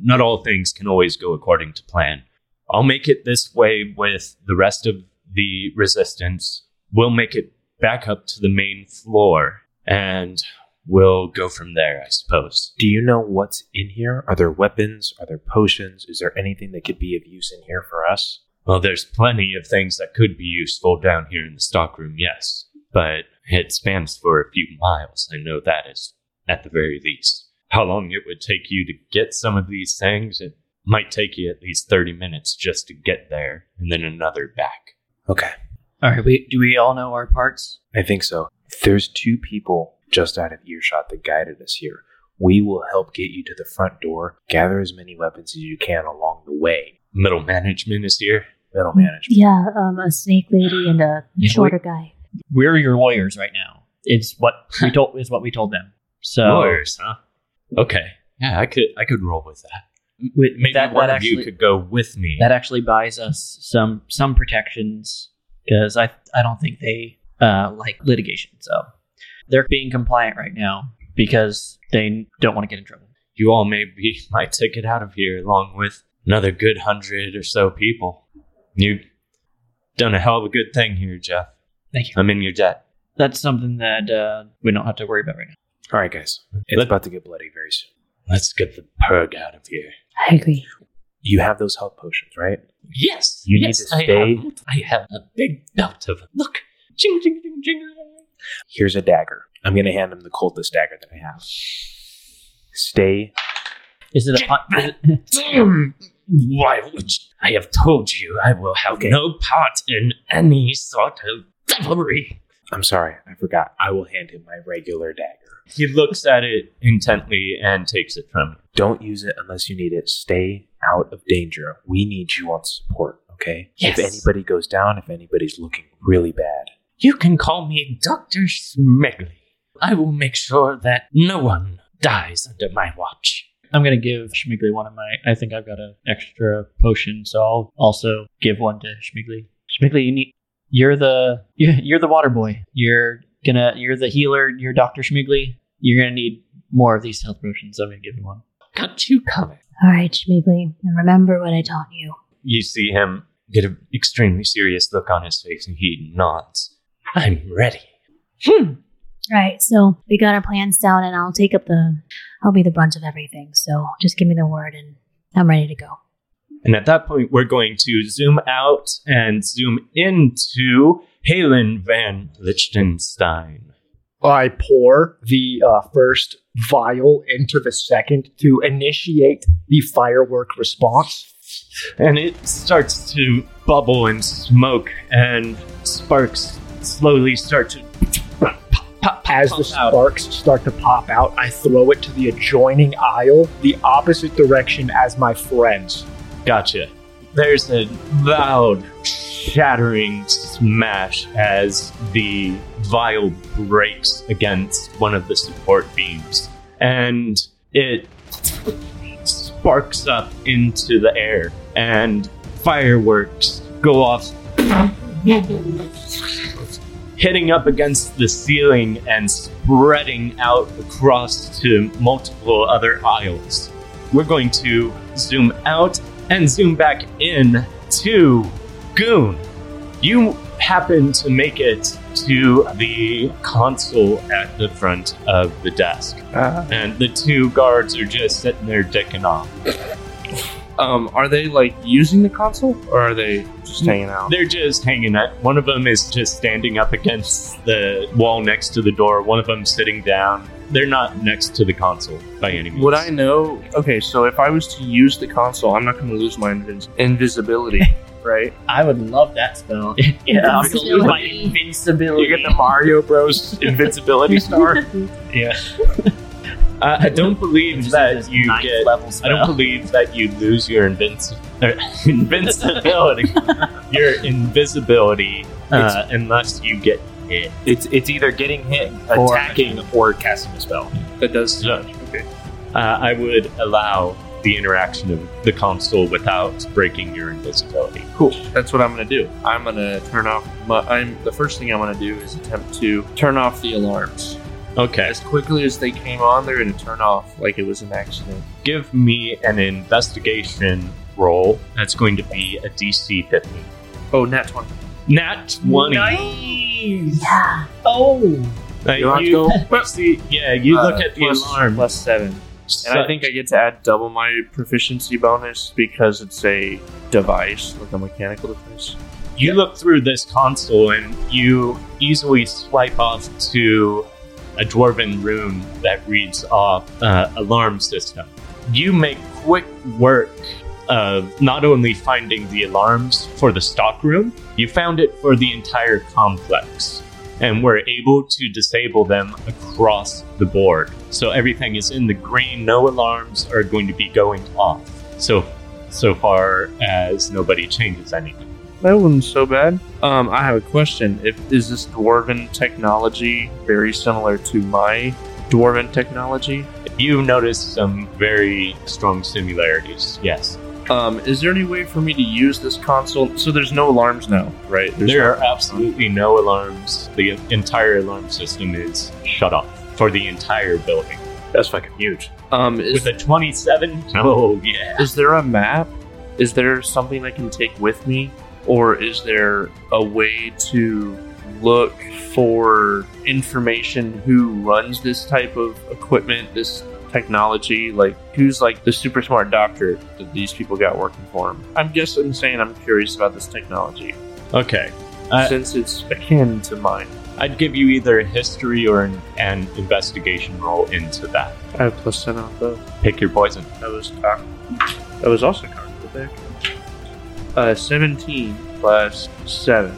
I: Not all things can always go according to plan. I'll make it this way with the rest of the resistance. We'll make it back up to the main floor and we'll go from there, I suppose.
F: Do you know what's in here? Are there weapons? Are there potions? Is there anything that could be of use in here for us?
I: Well, there's plenty of things that could be useful down here in the stockroom, yes, but it spans for a few miles. I know that is at the very least. How long it would take you to get some of these things, it might take you at least 30 minutes just to get there and then another back.
F: Okay.
C: All right, we do we all know our parts?
F: I think so. There's two people just out of earshot that guided us here. We will help get you to the front door. Gather as many weapons as you can along the way.
I: Middle management is here.
F: Middle management.
B: Yeah, um, a snake lady and a
C: Yeah,
B: shorter guy.
C: We're your lawyers right now. It's what we told is what we told them. So
I: Lawyers, huh? Okay. Yeah, I could I could roll with that.
C: with-
I: Maybe
C: that,
I: one
C: that
I: of
C: actually
I: you could go with me.
C: that actually buys us some some protections because I I don't think they uh, like litigation. So they're being compliant right now because they don't want to get in trouble.
I: you all may be my ticket out of here along with another good hundred or so people. You've done a hell of a good thing here, Jeff.
C: Thank you.
I: I'm in your debt.
C: That's something that uh, we don't have to worry about right now.
F: All right, guys. It's
I: Let-
F: about to get bloody very soon.
I: Let's get the purg out of here.
B: I agree.
F: You have those health potions, right?
I: Yes.
F: You need
I: yes,
F: to
I: I
F: stay-
I: Have, I have a big belt of look. Jing jing jing jing.
F: Here's a dagger. I'm going to hand him the coldest dagger that I have. Stay.
C: Is it a pun- is it-
I: Damn! Why would you? I have told you I will have
F: Okay.
I: no part in any sort of devilry.
F: I'm sorry. I forgot. I will hand him my regular dagger.
I: He looks at it intently and takes it from him.
F: Don't use it unless you need it. Stay out of danger. We need you on support, okay?
I: Yes.
F: If anybody goes down, if anybody's looking really bad,
I: You can call me Dr. Smegley. I will make sure that no one dies under my watch.
C: I'm gonna give Schmigley one of my. I think I've got an extra potion, so I'll also give one to Schmigley. Schmigley, you need. You're the you're, you're the water boy. You're gonna you're the healer. You're Doctor Schmigley. You're gonna need more of these health potions. so I'm gonna give you one.
I: Got you covered.
B: All right, Schmigley, and remember what I taught you.
I: You see him get an extremely serious look on his face and he nods. I'm ready.
B: Hmm. All right, so we got our plans down, and I'll take up the, I'll be the brunt of everything. So just give me the word, and I'm ready to go.
I: And at that point, we're going to zoom out and zoom into Halen van Lichtenstein.
D: I pour the uh, first vial into the second to initiate the firework response.
I: and it starts to bubble and smoke and sparks slowly start to
D: As the
I: Pop out.
D: sparks start to pop out, I throw it to the adjoining aisle, the opposite direction as my friends.
I: gotcha there's a loud shattering smash as the vial breaks against one of the support beams and it sparks up into the air and fireworks go off hitting up against the ceiling and spreading out across to multiple other aisles we're going to zoom out and zoom back in to goon you happen to make it to the console at the front of the desk.
E: Ah.
D: Uh,
I: And the two guards are just sitting there dicking off.
E: Um, are they like using the console or are they just hanging out?
I: They're just hanging out. One of them is just standing up against the wall next to the door. One of them's sitting down. They're not next to the console by any means.
E: Would I know? Okay, so if I was to use the console, I'm not going to lose my invis- invisibility, right?
C: I would love that spell. yeah, I'll just lose my invincibility.
G: Mario Bros. invincibility star.
I: Uh, I don't believe
C: Just
I: that
C: this
I: you
C: ninth
I: get.
C: level
I: I
C: spell.
I: don't believe that you lose your invinci- er, invincibility. your invisibility, uh, unless you get hit.
J: It's it's either getting hit,
I: Or-
J: attacking, or casting a spell.
E: That does.
I: So, uh, I would allow the interaction of the console without breaking your invisibility.
E: Cool. That's what I'm going to do. I'm going to turn off. My, I'm the first thing I'm going to do is attempt to turn off the alarms
I: Okay.
E: as quickly as they came on. They're going to turn off like it was an accident.
I: Give me an investigation roll. That's going to be a DC 50.
E: Oh, nat twenty.
I: Nat 20.
C: Nice. Oh.
I: Uh,
E: You have
I: you,
E: to go-
I: see, yeah, you
E: Uh,
I: look at the
E: plus-
I: alarm.
E: plus seven. And I think I get to add double my proficiency bonus because it's a device, like a mechanical device.
I: You look through this console and you easily swipe off to a dwarven rune that reads off uh, alarm system. You make quick work of not only finding the alarms for the stock room, you found it for the entire complex and were able to disable them across the board. So everything is in the green, no alarms are going to be going off. So so far as nobody changes anything.
E: That wasn't so bad. Um, I have a question. If is this dwarven technology very similar to my dwarven technology?
I: You notice some very strong similarities, yes.
E: Um, is there any way for me to use this console? So there's no alarms now, right? There's
I: there are absolutely no alarms. The entire alarm system is shut off for the entire building.
J: That's fucking huge.
E: um, is,
I: With a 27? Oh, yeah.
E: is there a map? Is there something I can take with me, or is there a way to look for information who runs this type of equipment, this technology? Like who's like the super smart doctor that these people got working for them? I'm just I'm saying I'm curious about this technology
I: Okay. Uh,
E: since it's akin to mine.
I: I'd give you either a history or an, an investigation roll into that.
E: I have plus ten on both.
I: Pick your poison.
E: That was cock. That was also cock. Go back. Uh, seventeen plus seven.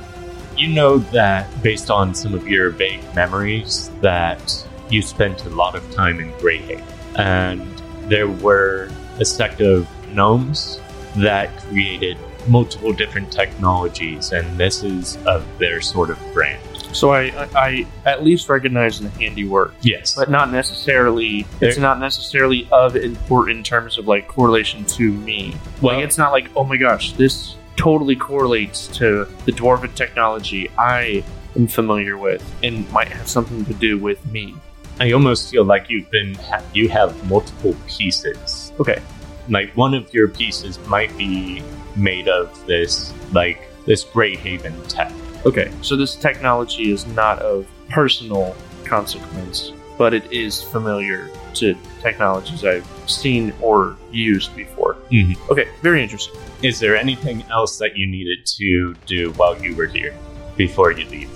I: You know that based on some of your vague memories that you spent a lot of time in Greyhaven, and there were a sect of gnomes that created multiple different technologies, and this is of their sort of brand.
E: So I, I, I at least recognize the handiwork,
I: Yes,
E: but not necessarily. It's not necessarily of import in terms of like correlation to me.
I: Well-
E: like it's not like oh my gosh, this totally correlates to the dwarven technology I am familiar with and might have something to do with me.
I: I almost feel like you've been ha- you have multiple pieces.
E: Okay.
I: Like one of your pieces might be made of this like this Greyhaven tech.
E: Okay, so this technology is not of personal consequence, but it is familiar to technologies I've seen or used before.
I: Mhm.
E: Okay, very interesting.
I: Is there anything else that you needed to do while you were here before you leave?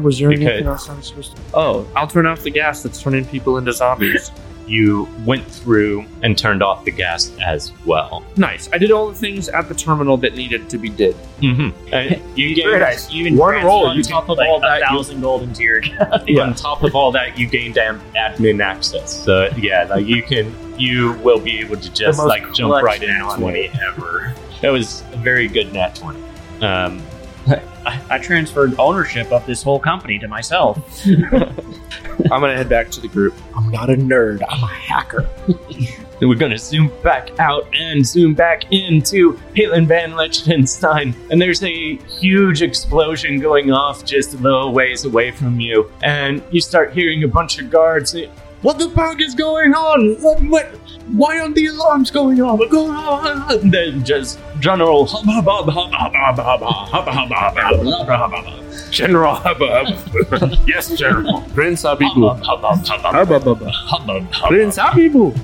E: was there
I: anything
E: else
I: Because-
E: I'm supposed to? Oh, I'll turn off the gas that's turning people into zombies.
I: You went through and turned off the gas as well.
E: nice. I did all the things at the terminal that needed to be did.
I: Mm-hmm. And you gained
J: Paradise.
C: Even
J: One roll,
C: on
J: you
C: top of
I: like
C: all
I: a
C: that,
I: thousand
C: thousand gold into your
I: on top of all that, you gained am- admin access. So yeah, like you can, you will be able to just
J: most
I: like jump
J: clutch
I: right in.
J: nat 20
I: ever. That was a very good nat twenty. Um,
C: I, I transferred ownership of this whole company to myself.
E: I'm gonna head back to the group.
D: I'm not a nerd. I'm a hacker.
I: And we're gonna zoom back out and zoom back into Halen Van Lichtenstein. And there's a huge explosion going off just a little ways away from you. And you start hearing a bunch of guards. say, What the fuck is going on? What, what? Why aren't the alarms going off? What's going on? And then just general hubba hubba hubba hubba hubba hubba hubba hubba hubba hubba hubba
J: General Hubbub. yes, General. Prince
I: hubba hubba hubba
J: Hubbub.
I: hubba hubba.
J: Prince Abibu.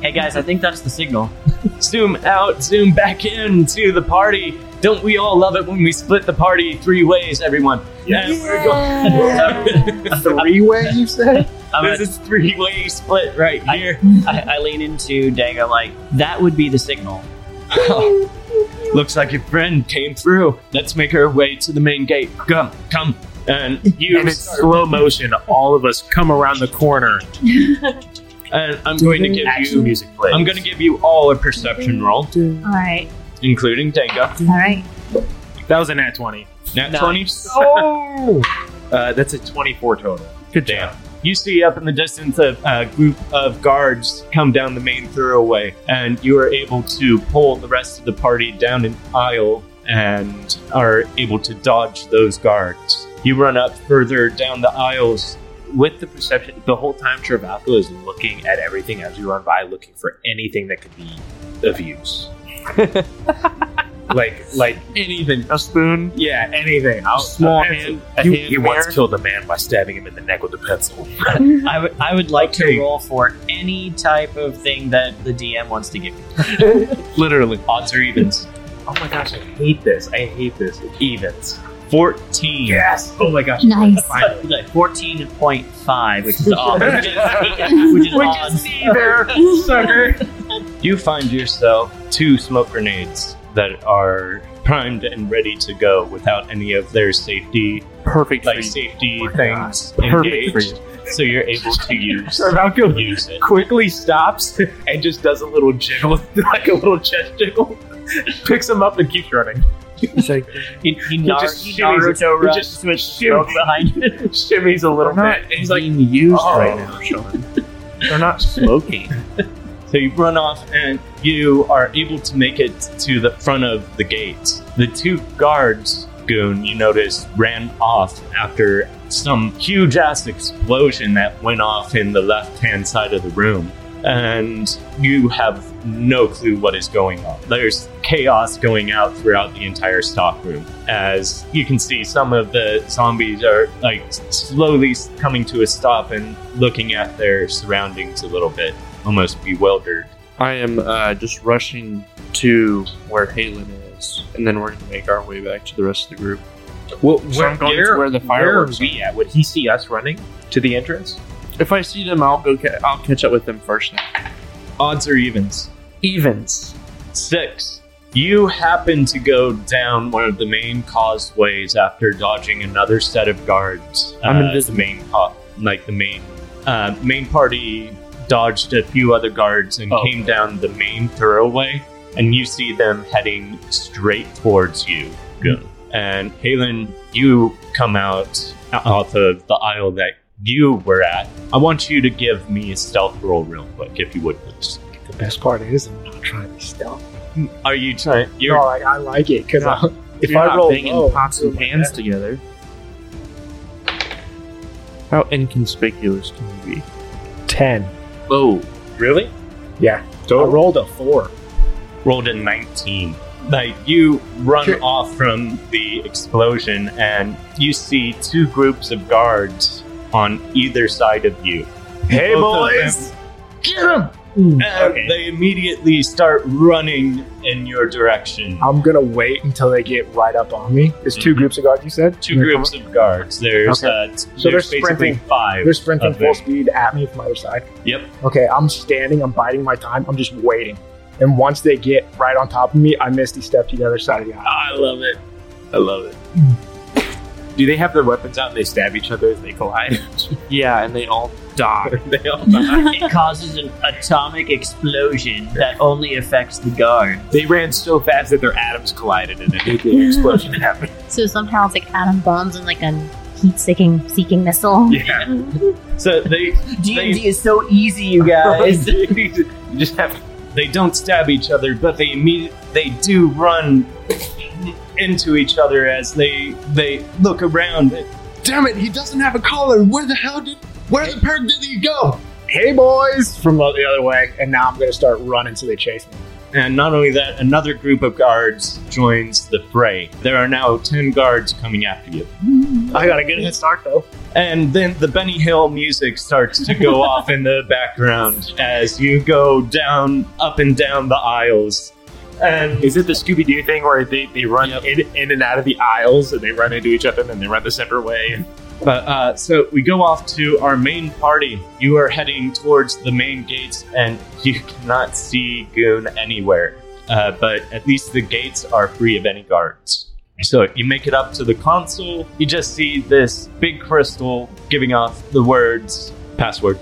C: Hey guys, I think that's the signal.
I: Zoom out, zoom back in to the party. Don't we all love it when we split the party three ways, everyone? And we're going-
D: Three way, you say?
C: I'm
I: this
C: gonna-
I: is three way split right here.
C: I, I lean into Dango like that would be the signal.
I: Looks like your friend came through. Let's make her way to the main gate. Come, come. And you
J: And in slow motion, all of us come around the corner.
I: and I'm going to give
J: Action
I: you
J: music plays.
I: I'm gonna give you all a perception roll,
B: All right.
I: including Denga.
B: All right.
J: That was a nat 20.
I: Nat
C: Nice.
I: twenty.
J: Oh! uh, that's a 24 total.
I: Good damn. You see up in the distance a, a group of guards come down the main thoroughway, and you are able to pull the rest of the party down an aisle and are able to dodge those guards. You run up further down the aisles.
J: With the perception, the whole time Travatho is looking at everything as we run by, looking for anything that could be of use. like, like
I: Anything.
J: a spoon. Yeah, anything. A small hand.
I: You-
J: he once killed a man by stabbing him in the neck with a pencil.
C: I would I would like
J: Okay.
C: to roll for any type of thing that the DM wants to give me.
I: Literally. Odds or evens.
J: Oh my gosh, I hate this. I hate this. It evens.
I: 14.
J: Yes. Oh my gosh.
B: Nice.
J: Finally.
C: Like fourteen point five, which is odd. Which is, which is odd.
J: there, sucker.
I: You find yourself two smoke grenades that are primed and ready to go without any of their safety,
E: Perfect.
I: like
E: feat.
I: safety
J: Oh my
I: things
J: God. Perfect
I: engaged. So you're able to use
J: Travatho
I: use it.
J: quickly stops and just does a little jiggle, like a little chest jiggle. Picks him up and keeps running.
D: It's like,
C: He, he, nar-
J: just
C: he
J: shimmies it.
C: Naruto
J: He
C: runs
J: just
C: with
J: shimmies.
C: smoke behind him.
J: Shimmies a little bit. And he's like,
E: being used
J: "Oh."
E: right now, Sean. They're not smoking.
I: So you run off and you are able to make it to the front of the gate. The two guards, Goon, you notice, ran off after some huge ass explosion that went off in the left hand side of the room. And you have no clue what is going on. There's chaos going out throughout the entire stockroom. As you can see, some of the zombies are like slowly coming to a stop and looking at their surroundings a little bit almost bewildered.
E: I am uh, just rushing to where Halen is, and then we're gonna make our way back to the rest of the group.
J: Well,
E: So I'm going to where the fireworks
J: Where are we at? Would he see us running to the entrance?
E: If I see them, I'll go. Ca- I'll catch up with them first. Now.
I: Odds or evens?
J: Evans.
I: Six. You happen to go down one of the main causeways after dodging another set of guards.
E: I'm
I: Uh,
E: invisible.
I: The main, co- like the main, uh, main party dodged a few other guards and
E: Oh.
I: came down the main thoroughway, and you see them heading straight towards you. Good. And Halen, you come out off of the aisle that you were at. I want you to give me a stealth roll real quick, if you would, please.
D: the best part is I'm not trying to be stealth.
I: Are you trying? You're
D: No, I, I like it because if
E: You're
D: I
E: not
D: roll
E: banging
D: low,
E: pots and
D: I'm doing
E: pans together. How inconspicuous can you be?
D: ten.
E: Oh,
I: really?
D: Yeah, I rolled a four.
I: rolled a 19. Like, you run
D: Okay.
I: off from the explosion, and you see two groups of guards on either side of you.
J: Hey,
I: Both of
J: boys. Get him.
I: And
J: Okay.
I: They immediately start running in your direction.
D: I'm gonna wait until they get right up on me. It's 2
I: Mhm.
D: groups of guards. You said
I: Two groups of guards. There's,
D: Okay.
I: uh, t-
D: So
I: there's
D: they're
I: basically
D: sprinting.
I: five.
D: They're sprinting
I: of them.
D: full speed at me from either side.
I: Yep.
D: Okay, I'm standing. I'm biding my time. I'm just waiting. And once they get right on top of me, I misty step to the other side of the aisle.
J: I love it. I love it. Do they have their weapons out and they stab each other as they collide?
E: yeah, and they all die.
J: they all
C: It causes an atomic explosion that only affects the guard.
J: They ran so fast that their atoms collided and a nuclear explosion happened.
B: So somehow it's like atom bombs and like a heat seeking seeking missile.
J: Yeah.
I: So they,
C: D&D is so easy, you guys.
J: you just have
I: they don't stab each other, but they immediately they do run into each other as they they look around. Damn it! He doesn't have a collar. Where the hell did where the perk did he go?
D: hey boys, from the other way, and now I'm going to start running so they chase me.
I: And not only that, another group of guards joins the fray. There are now 10 guards coming after you.
D: I got a good head start though.
I: And then the Benny Hill music starts to go off in the background as you go down, up and down the aisles. And
J: Is it the Scooby Doo thing where they, they run in, in and out of the aisles and they run into each other and then they run the separate way?
I: But uh, so we go off to our main party. You are heading towards the main gates, and you cannot see Goon anywhere. Uh, but at least the gates are free of any guards. So you make it up to the console. You just see this big crystal giving off the words password.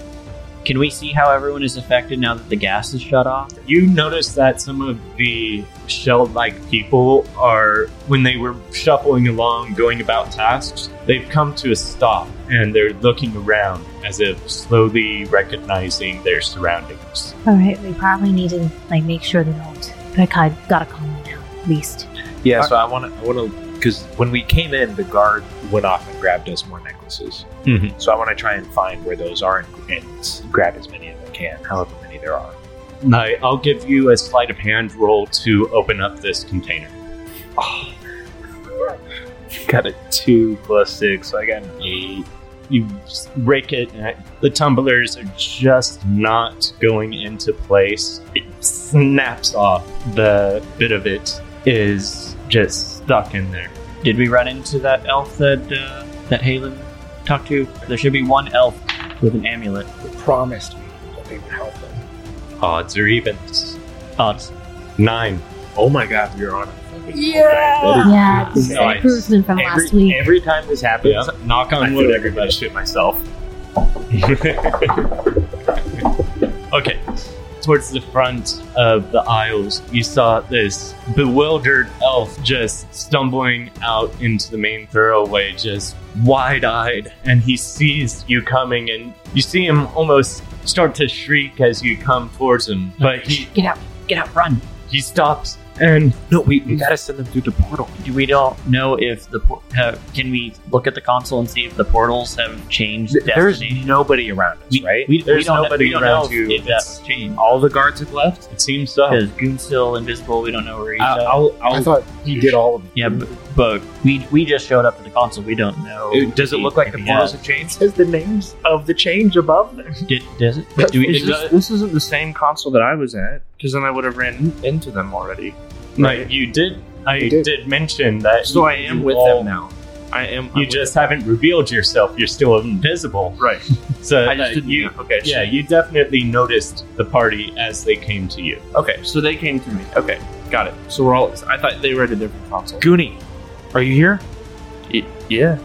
C: Can we see how everyone is affected now that the gas is shut off?
I: You notice that some of the shell like people are, when they were shuffling along, going about tasks, they've come to a stop and they're looking around as if slowly recognizing their surroundings.
B: All right, we probably need to like make sure they don't. But I kind of gotta calm them down at least.
J: Yeah,
F: so
J: I want to, I want to, because when we came in, the guard went off and grabbed us more necklaces.
I: Mhm.
J: So I want to try and find where those are and, and grab as many as I can, however many there are.
I: Now, I'll give you a sleight of hand roll to open up this container.
J: Got a two plus six, so I got an eight.
I: You s- rake it, and the tumblers are just not going into place. It snaps off. The bit of it is just stuck in there.
C: Did we run into that elf that uh, that Halen talked to? There should be one elf with an amulet.
D: They promised me that they would help them.
I: Odds or evens?
C: Odds.
I: Nine.
J: Oh my god, we are on it.
E: Oh,
B: Yeah, this is
J: No, I-
B: improvement from last
J: Every,
B: week.
J: every time this happens,
I: Yeah. Knock
J: I
I: on
J: feel
I: wood,
J: like I'm gonna
I: everybody.
J: shit myself.
I: Okay. Towards the front of the aisles, you saw this bewildered elf just stumbling out into the main thoroughway, just wide eyed. And he sees you coming, and you see him almost start to shriek as you come towards him. But he,
C: Get out! Get out! Run!
I: he stops and
J: No, we, we gotta send them through the portal.
C: Do we don't know if the por- uh, can we look at the console and see if the portals have changed?
J: Th- There's
C: destination?
J: nobody around us,
C: we,
J: right?
C: We, we
I: There's
C: don't
I: nobody
C: we don't
I: around
C: know
I: you.
C: if that's changed
J: All the guards have left.
I: it seems so.
C: because Goon's still invisible. We don't know where he's
J: I-
C: at.
J: I'll, I'll,
D: I thought you did all of them.
C: yeah, but, but we we just showed up at the console. We don't know.
J: It- does it
C: if-
J: look like
C: if
J: the
C: he
J: portals
C: has.
J: have changed? Is the names of the change above them?
C: Did, does it? Do we,
E: Is
C: it does-
E: this, this isn't the same console that I was at, because then I would have ran into them already.
I: No, you did. I
D: You
I: did.
D: did.
I: mention that.
E: So I
I: you
E: am with
I: all-
E: them now. I am. I'm
I: You
E: with
I: just haven't revealed yourself. You're still invisible.
E: them. right.
I: So
E: I
I: uh,
E: just didn't.
I: you,
E: know. okay.
I: Yeah, you definitely noticed the party as they came to you.
E: So, okay. So they came to me. Okay. Got it. So we're all. I thought they were at a different console.
J: Goonie, are you here?
E: Y- yeah.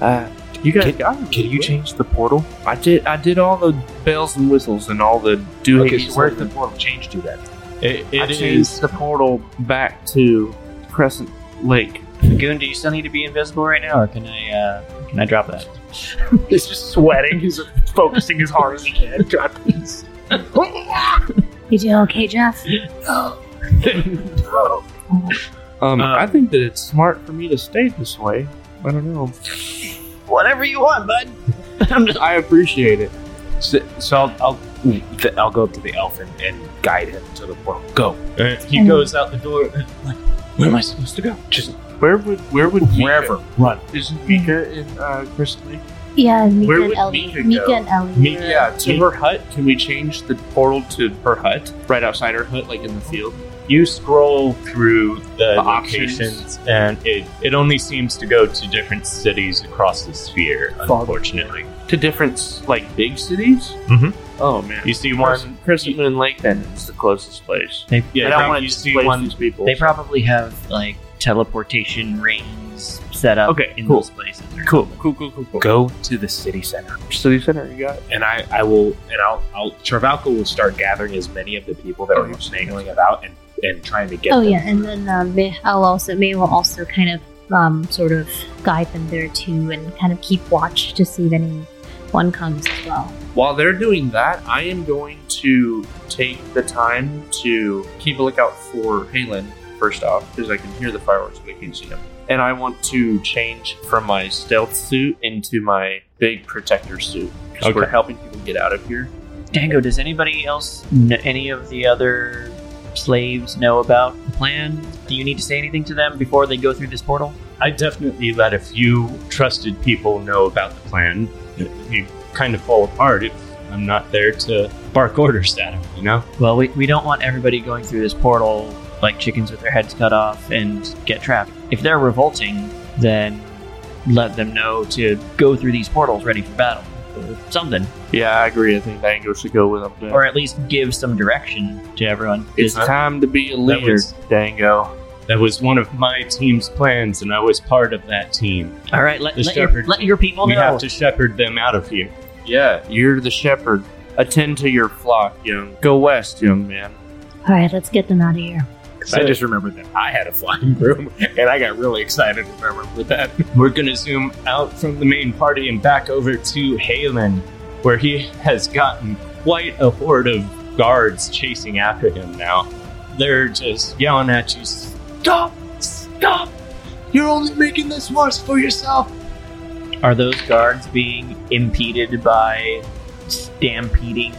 E: Uh, you guys got me.
J: Can you change the portal?
E: I did. I did all the bells and whistles and all the doohickeys.
J: Okay, so where's
E: and-
J: the portal change to then?
I: It,
E: I
I: it
E: changed
I: is
E: the portal back to Crescent Lake.
C: Goon, do you still need to be invisible right now, or can I uh, can I drop that?
D: He's just sweating. He's focusing as hard as he can.
B: Did you okay, Jeff?
E: Um,
I: Uh,
E: I think that it's smart for me to stay this way. I don't know.
C: Whatever you want, bud.
E: I appreciate it.
J: So, so I'll, I'll, th- I'll go up to the elf and, and guide him to the portal. Go.
I: Uh, he goes out the door. uh, Like, where am I supposed to go?
J: Just
E: Where would where would Mika-
J: wherever. Run.
E: isn't Mika in uh, Crystal Lake?
B: Yeah, Mika
E: Where
B: and
E: would
B: Ellie.
E: Mika
B: Mika
E: go?
B: and Ellie.
E: Mika
B: were-
E: yeah, uh, to her hut. Can we change the portal to her hut, right outside her hut, like in the field?
I: You scroll through the,
E: The options.
I: locations, and it, it only seems to go to different cities across the sphere, unfortunately.
E: To different s- like big cities?
I: Mhm.
E: Oh man.
I: You see one.
E: Crescent- Crescent Moon Lake then is the closest place.
C: They,
I: Yeah,
E: I don't
I: you-
E: want to
I: you see
E: displace
I: one-
E: these people.
C: They probably have like teleportation rings set up
E: Okay,
C: in
E: cool.
C: those places.
E: cool, cool, cool, cool, cool.
J: Go to the city center,
E: City center, you got?
J: and I, I will, and I'll, I'll. Travalco will start gathering as many of the people that were snaggling about and, and trying to get.
B: Oh
J: them.
B: yeah, and then um, May, I'll also May will also kind of um, sort of guide them there too, and kind of keep watch to see if anyone comes as well.
E: While they're doing that, I am going to take the time to keep a lookout for Halen, first off, because I can hear the fireworks, but I can't see him.
J: and I want to change from my stealth suit into my big protector suit because we're
I: Okay.
J: helping people get out of here.
C: Dango, does anybody else, kn- any of the other slaves, know about the plan? Do you need to say anything to them before they go through this portal?
I: I definitely let a few trusted people know about the plan. You kind of fall apart if I'm not there to bark orders at them, you know?
C: Well, we, we don't want everybody going through this portal like chickens with their heads cut off and get trapped. If they're revolting, then let them know to go through these portals ready for battle. or Something.
E: Yeah, I agree. I think Dango should go with him. Too.
C: Or at least give some direction to everyone.
E: it's
C: Just-
E: time to be a leader,
I: was-
E: Dango.
I: That was one of my team's plans, and I was part of that team.
C: all right, let,
I: the
C: let, your,
I: shepherd-
C: let your
J: Oh,
C: people
I: we
C: know.
I: have to shepherd them out of here.
E: Yeah, you're the shepherd. Attend to your flock, young. Go west, young man.
B: All right, let's get them out of here.
J: So-
I: I
J: I
I: just
J: just remembered that I had a flying broom, and I got really excited when I remembered that.
I: We're going to zoom out from the main party and back over to Halen, where he has gotten quite a horde of guards chasing after him now. They're just yelling at you Stop! Stop! You're only making this worse for yourself!
C: Are those guards being impeded by stampeding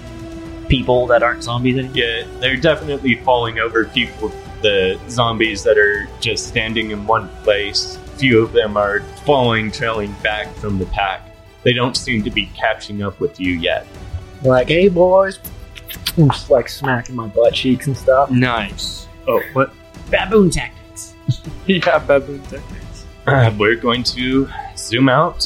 C: people that aren't zombies anymore?
I: Yeah, they're definitely falling over people, the zombies that are just standing in one place. Few of them are falling, trailing back from the pack. They don't seem to be catching up with you yet.
D: Like, hey boys, I'm just like smacking my butt cheeks and stuff.
E: Nice.
J: Oh, what?
C: Baboon tactics.
J: yeah, baboon techniques.
I: Uh, we're going to zoom out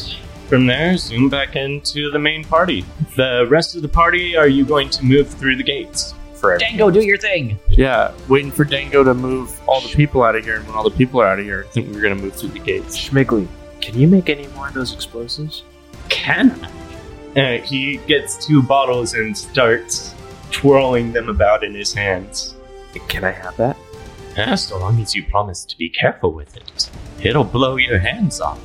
I: from there, zoom back into the main party. The rest of the party, are you going to move through the gates?
J: For every-
C: Dango, do your thing.
E: Yeah, waiting for Dango to move all the people out of here, and when all the people are out of here, I think we're gonna move through the gates.
J: Schmiggly, can you make any more of those explosives?
I: Can I? Uh, he gets two bottles and starts twirling them about in his hands.
J: Can I have that?
I: Eh, so long as you promise to be careful with it, it'll blow your hands off.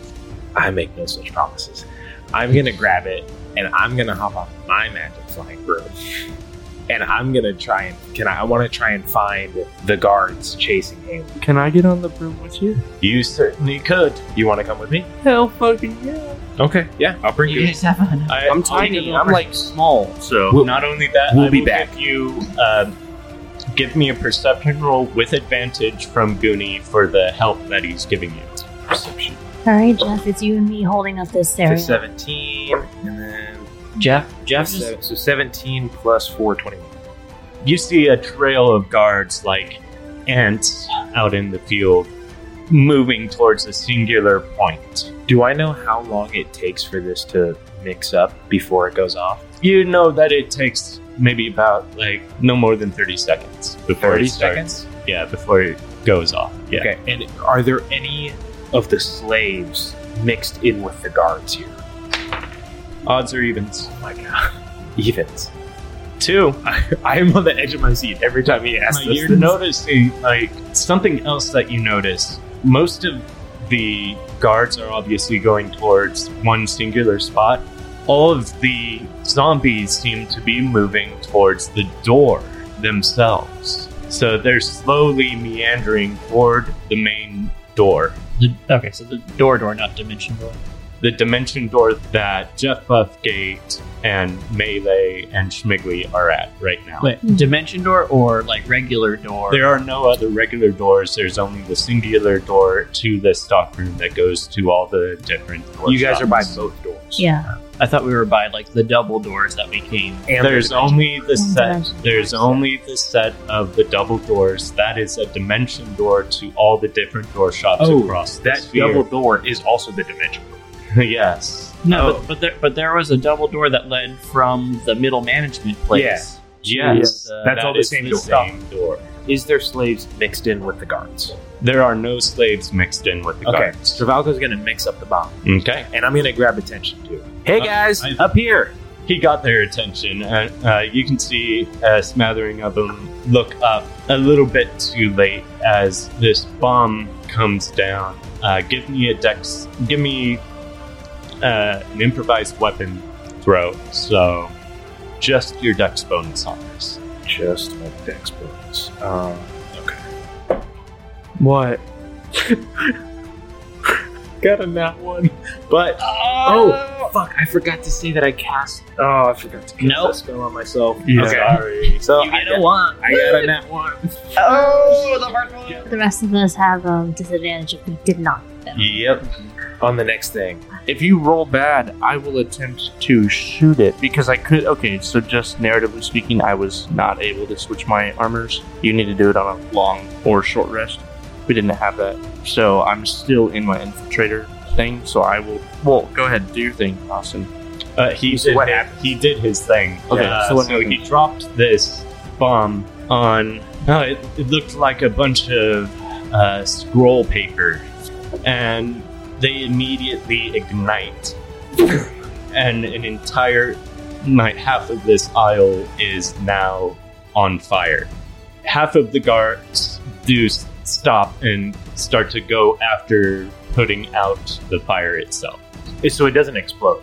J: I make no such promises. I'm gonna grab it and I'm gonna hop off my magic flying broom. And I'm gonna try and can I, I wanna try and find the guards chasing him.
E: Can I get on the broom with you?
I: You certainly could.
J: You wanna come with me?
E: Hell fucking yeah.
J: Okay, yeah, I'll bring
C: You guys have fun.
I: I,
E: I'm
I: I'll
E: tiny.
I: give
E: I'm
I: over-
E: like small, so
I: Well, not only that,
E: We'll
I: I
E: be
I: will
E: back.
I: Give you um, give me a perception roll with advantage from Goonie for the help that he's giving you.
J: Perception.
B: All right, Jeff, it's you and me holding up this
J: So
B: area.
J: 17 and then
C: Jeff, Jeff, just-
J: so, so 17 plus 4 21.
I: You see a trail of guards like ants out in the field, moving towards a singular point.
J: Do I know how long it takes for this to mix up before it goes off?
I: You know that it takes maybe about like no more than thirty seconds before
J: 30
I: it starts.
J: seconds?
I: Yeah, before it goes off. Yeah.
J: Okay. And are there any of the slaves mixed in with the guards here?
I: Odds or evens?
J: Oh my god. Evens.
I: Two.
J: I am on the edge of my seat every time he asks
I: Now,
J: this.
I: you're noticing like something else that you notice. Most of the guards are obviously going towards one singular spot. All of the zombies seem to be moving towards the door themselves. So they're slowly meandering toward the main door,
C: the, okay, so the door door, not dimension door.
I: the dimension door that Jeff Buffgate and Melee and Schmiggly are at right now.
C: Wait, dimension door or like regular door?
I: There are no other regular doors. There's only the singular door to the stockroom that goes to all the different doors.
J: you guys are by both doors.
B: Yeah.
C: I thought we were by like the double doors that we came.
J: And
I: There's only the
B: One
I: set.
B: dimension.
I: There's only the set of the double doors. That is a dimension door to all the different door shops
J: Oh,
I: across the
J: that
I: sphere.
J: double door is also the dimension.
I: yes.
C: No,
I: Oh.
C: but, but there but there was a double door that led from the middle management place.
J: Yeah.
I: Yes.
C: Uh,
J: That's
I: that
J: all the
I: is
J: same
I: the
J: door.
I: same door.
J: Is there slaves mixed in with the guards?
I: There are no slaves mixed in with the
J: Okay.
I: guards.
J: So Valko's gonna mix up the bomb.
I: Okay.
J: And I'm gonna grab attention too. Hey
I: Uh,
J: guys,
I: I-
J: up here.
I: he got their attention. Uh, uh, you can see a smattering of them look up a little bit too late as this bomb comes down. Uh, give me a dex. Give me uh, an improvised weapon throw. So just your dex bonus on this.
J: Just like Dex Uh, bonus. Um, okay.
E: what?
J: Got a nat one. But oh fuck, I forgot to say that I cast. Oh, I forgot to cast
C: Nope.
J: that spell on myself.
I: Yeah.
J: Sorry. So
C: you
J: I,
C: get a
J: got,
C: one.
J: I got a nat one.
C: Oh, the hard one.
B: The rest of us have um, disadvantage if we did not. though.
I: Yep.
J: on the next thing.
E: If you roll bad, I will attempt to shoot it because I could. Okay, so just narratively speaking, I was not able to switch my armors. You need to do it on a long or short rest. We didn't have that, so I'm still in my infiltrator thing. So I will. Well, go ahead, do your thing, Austin.
I: Uh, he did.
J: what
I: his- he did his thing.
E: Okay,
I: Uh,
E: so what
I: he dropped this bomb on. Uh, it, it looked like a bunch of uh, scroll paper, and they immediately ignite, and an entire, like half of this aisle is now on fire. Half of the guards do s- stop and start to go after putting out the fire itself so it doesn't explode.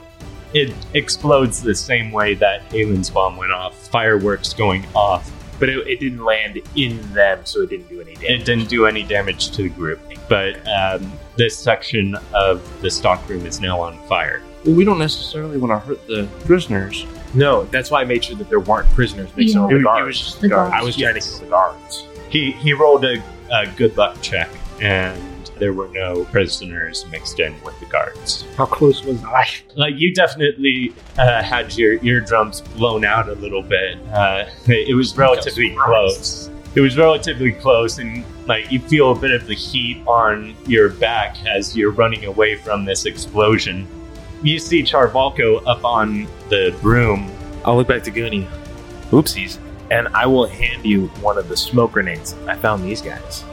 I: It explodes the same way that Halen's bomb went off, fireworks going off.
J: But it, it didn't land in them, so it didn't do any damage.
I: It didn't do any damage to the group, but um, this section of the stockroom is now on fire.
E: Well, we don't necessarily want to hurt the prisoners.
J: No, that's why I made sure that there weren't prisoners mixed in
B: Yeah.
J: with the
E: It was-
J: guards.
E: it was just
B: the guards.
J: I was trying to kill the guards.
I: He he rolled a, a good luck check, and there were no prisoners mixed in with the guards.
D: How close was I?
I: Like you definitely uh, had your eardrums blown out a little bit. Uh, it it was relatively close. It was relatively close, and like you feel a bit of the heat on your back as you're running away from this explosion. You see Charvalko up on the broom.
J: I'll look back to Goonie. Oopsies. And I will hand you one of the smoke grenades. I found these guys.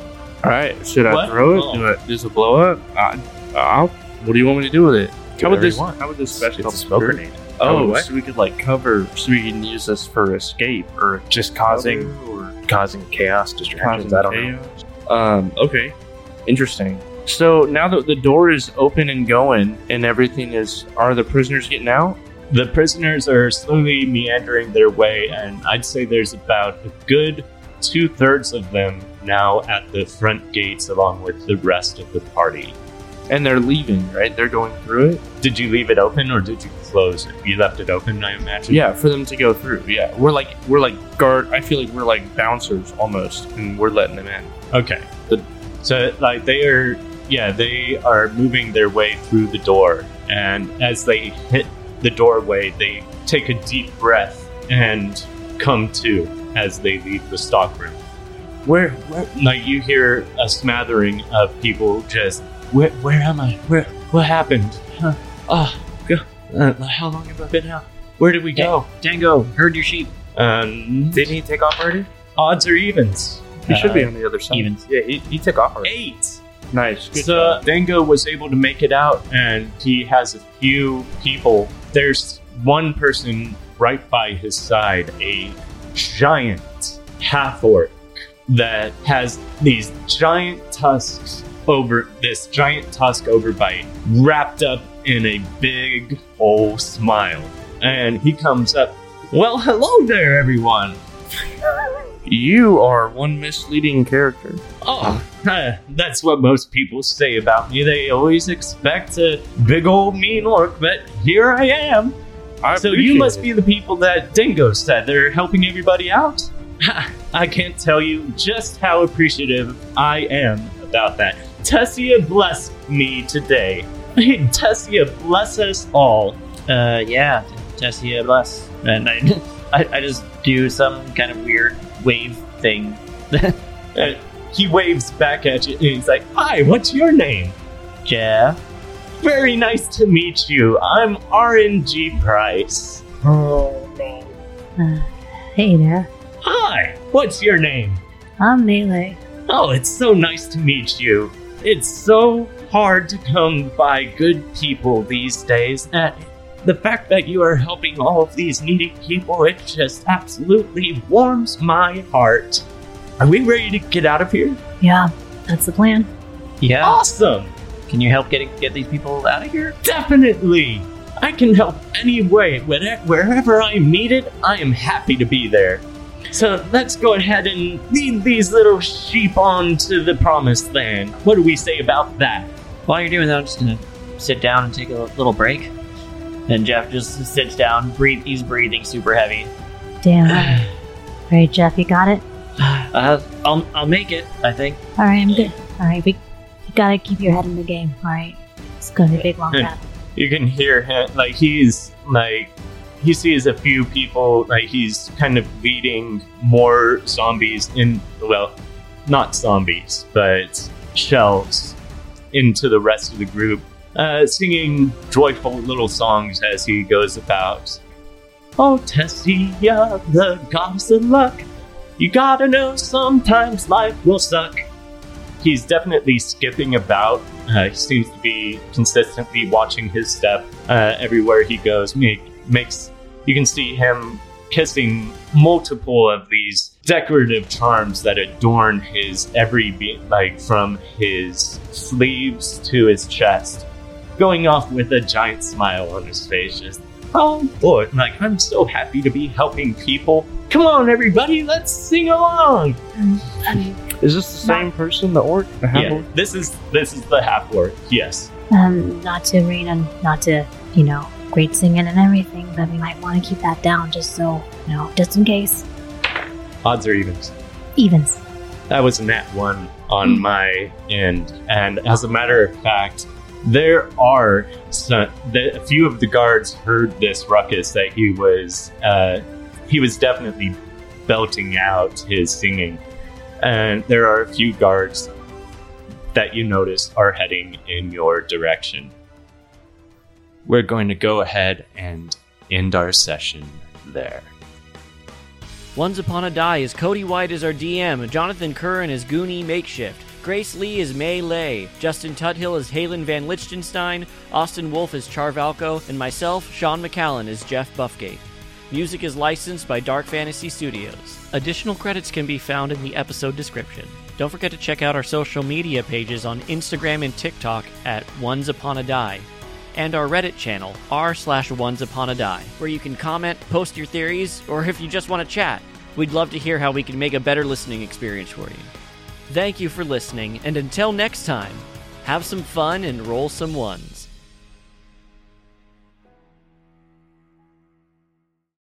E: All right, should I
I: What?
E: throw it?
I: Oh.
E: Do it? Does it blow up? I, I'll, what do you want me to do with it?
J: Do
E: how would
J: whatever
E: this?
J: you want.
E: How would this
J: It's
E: special
J: a smoke grenade.
E: Oh,
J: what?
E: so we could like cover, so we can use this for escape or
J: Just causing causing chaos, distractions.
E: causing
J: I don't know.
E: chaos. Um, okay, interesting. So now that the door is open and going, and everything is, are the prisoners getting out?
I: The prisoners are slowly meandering their way, and I'd say there's about a good two thirds of them now at the front gates, along with the rest of the party.
E: And they're leaving, right? They're going through it.
I: Did you leave it open or did you close it? You left it open, I imagine.
E: Yeah, for them to go through. Yeah, we're like we're like guard. I feel like we're like bouncers almost, and we're letting them in.
I: Okay. The- so like they are, yeah, they are moving their way through the door, and as they hit the doorway, they take a deep breath and come to as they leave the stockroom. Where, where? Like you hear a smattering of people just, where, where am I? Where? What happened? Huh? Ah, go. Uh, how long have I been out? Where did we go?
C: Tango, herd your sheep.
I: Um,
J: Didn't he take off already?
I: odds or evens?
E: He should be on the other side.
I: Um,
C: Evens.
J: Yeah, he, he took off already.
I: Eight.
E: Nice. Good
I: So Dango was able to make it out, and he has a few people. There's one person right by his side, a giant half orc that has these giant tusks over this giant tusk overbite wrapped up in a big old smile. And he comes up, Well, hello there, everyone.
E: You are one misleading character.
I: Oh, huh, that's what most people say about me. They always expect a big old mean orc, but here I am.
E: I
I: so you must
E: appreciate
I: be the people that Dingo said they're helping everybody out. Ha, I can't tell you just how appreciative I am about that. Tessia blessed me today. May Tessia bless us all.
C: Uh, yeah, Tessia bless. And I, I, I just do some kind of weird wave thing.
I: And he waves back at you and he's like, Hi, what's your name?
C: Jeff,
I: Very nice to meet you. I'm RNG Price.
B: Uh, hey there.
I: Hi, what's your name?
B: I'm Melee.
I: Oh, it's so nice to meet you. It's so hard to come by good people these days, and the fact that you are helping all of these needy people, it just absolutely warms my heart. Are we ready to get out of here?
B: Yeah, that's the plan.
C: yeah,
I: Awesome!
C: can you help get get these people out of here?
I: Definitely! I can help any way. Where- Wherever I'm needed, I am happy to be there. So let's go ahead and lead these little sheep on to the promised land. What do we say about that?
A: While you're doing that, I'm just gonna sit down and take a little break. And Jeff just sits down. Breathe. He's breathing super heavy.
B: Damn. All right, Jeff, you got it?
A: Uh, I'll I'll make it. I think.
B: All right, I'm good. All right, we you gotta keep your head in the game. All right, it's gonna be a big long
I: Yeah.
B: path.
I: you can hear him like he's like he sees a few people like he's kind of leading more zombies in well not zombies but shells into the rest of the group uh, singing joyful little songs as he goes about oh tessia the goddess of luck you gotta know sometimes life will suck he's definitely skipping about. Uh, he seems to be consistently watching his step uh, everywhere he goes. Make, makes you can see him kissing multiple of these decorative charms that adorn his every be- like from his sleeves to his chest, going off with a giant smile on his face. Just oh boy, like I'm so happy to be helping people. Come on, everybody, let's sing along.
F: Is this the same person, the orc? The half
I: Yeah,
F: orc?
I: this is this is the half orc. Yes.
B: Um, not to rain on, not to you know, great singing and everything, but we might want to keep that down just so you know, just in case.
I: Odds are evens.
B: Evens.
I: That was a nat one on my end. And as a matter of fact, there are some, the, a few of the guards heard this ruckus that he was uh, he was definitely belting out his singing, and there are a few guards that you notice are heading in your direction. We're going to go ahead and end our session there.
A: Once Upon a Die is Cody White as our DM, Jonathan Curran is Goonie Makeshift, Grace Lee is May Lay, Justin Tuthill is Halen Van Lichtenstein, Austin Wolf is Charvalco, and myself, Sean McCallan, is Jeff Buffgate. Music is licensed by Dark Fantasy Studios. Additional credits can be found in the episode description. Don't forget to check out our social media pages on Instagram and TikTok at Once Upon a Die and our Reddit channel, r slash ones upon a die, where you can comment, post your theories, or if you just want to chat. We'd love to hear how we can make a better listening experience for you. Thank you for listening, and until next time, have some fun and roll some ones.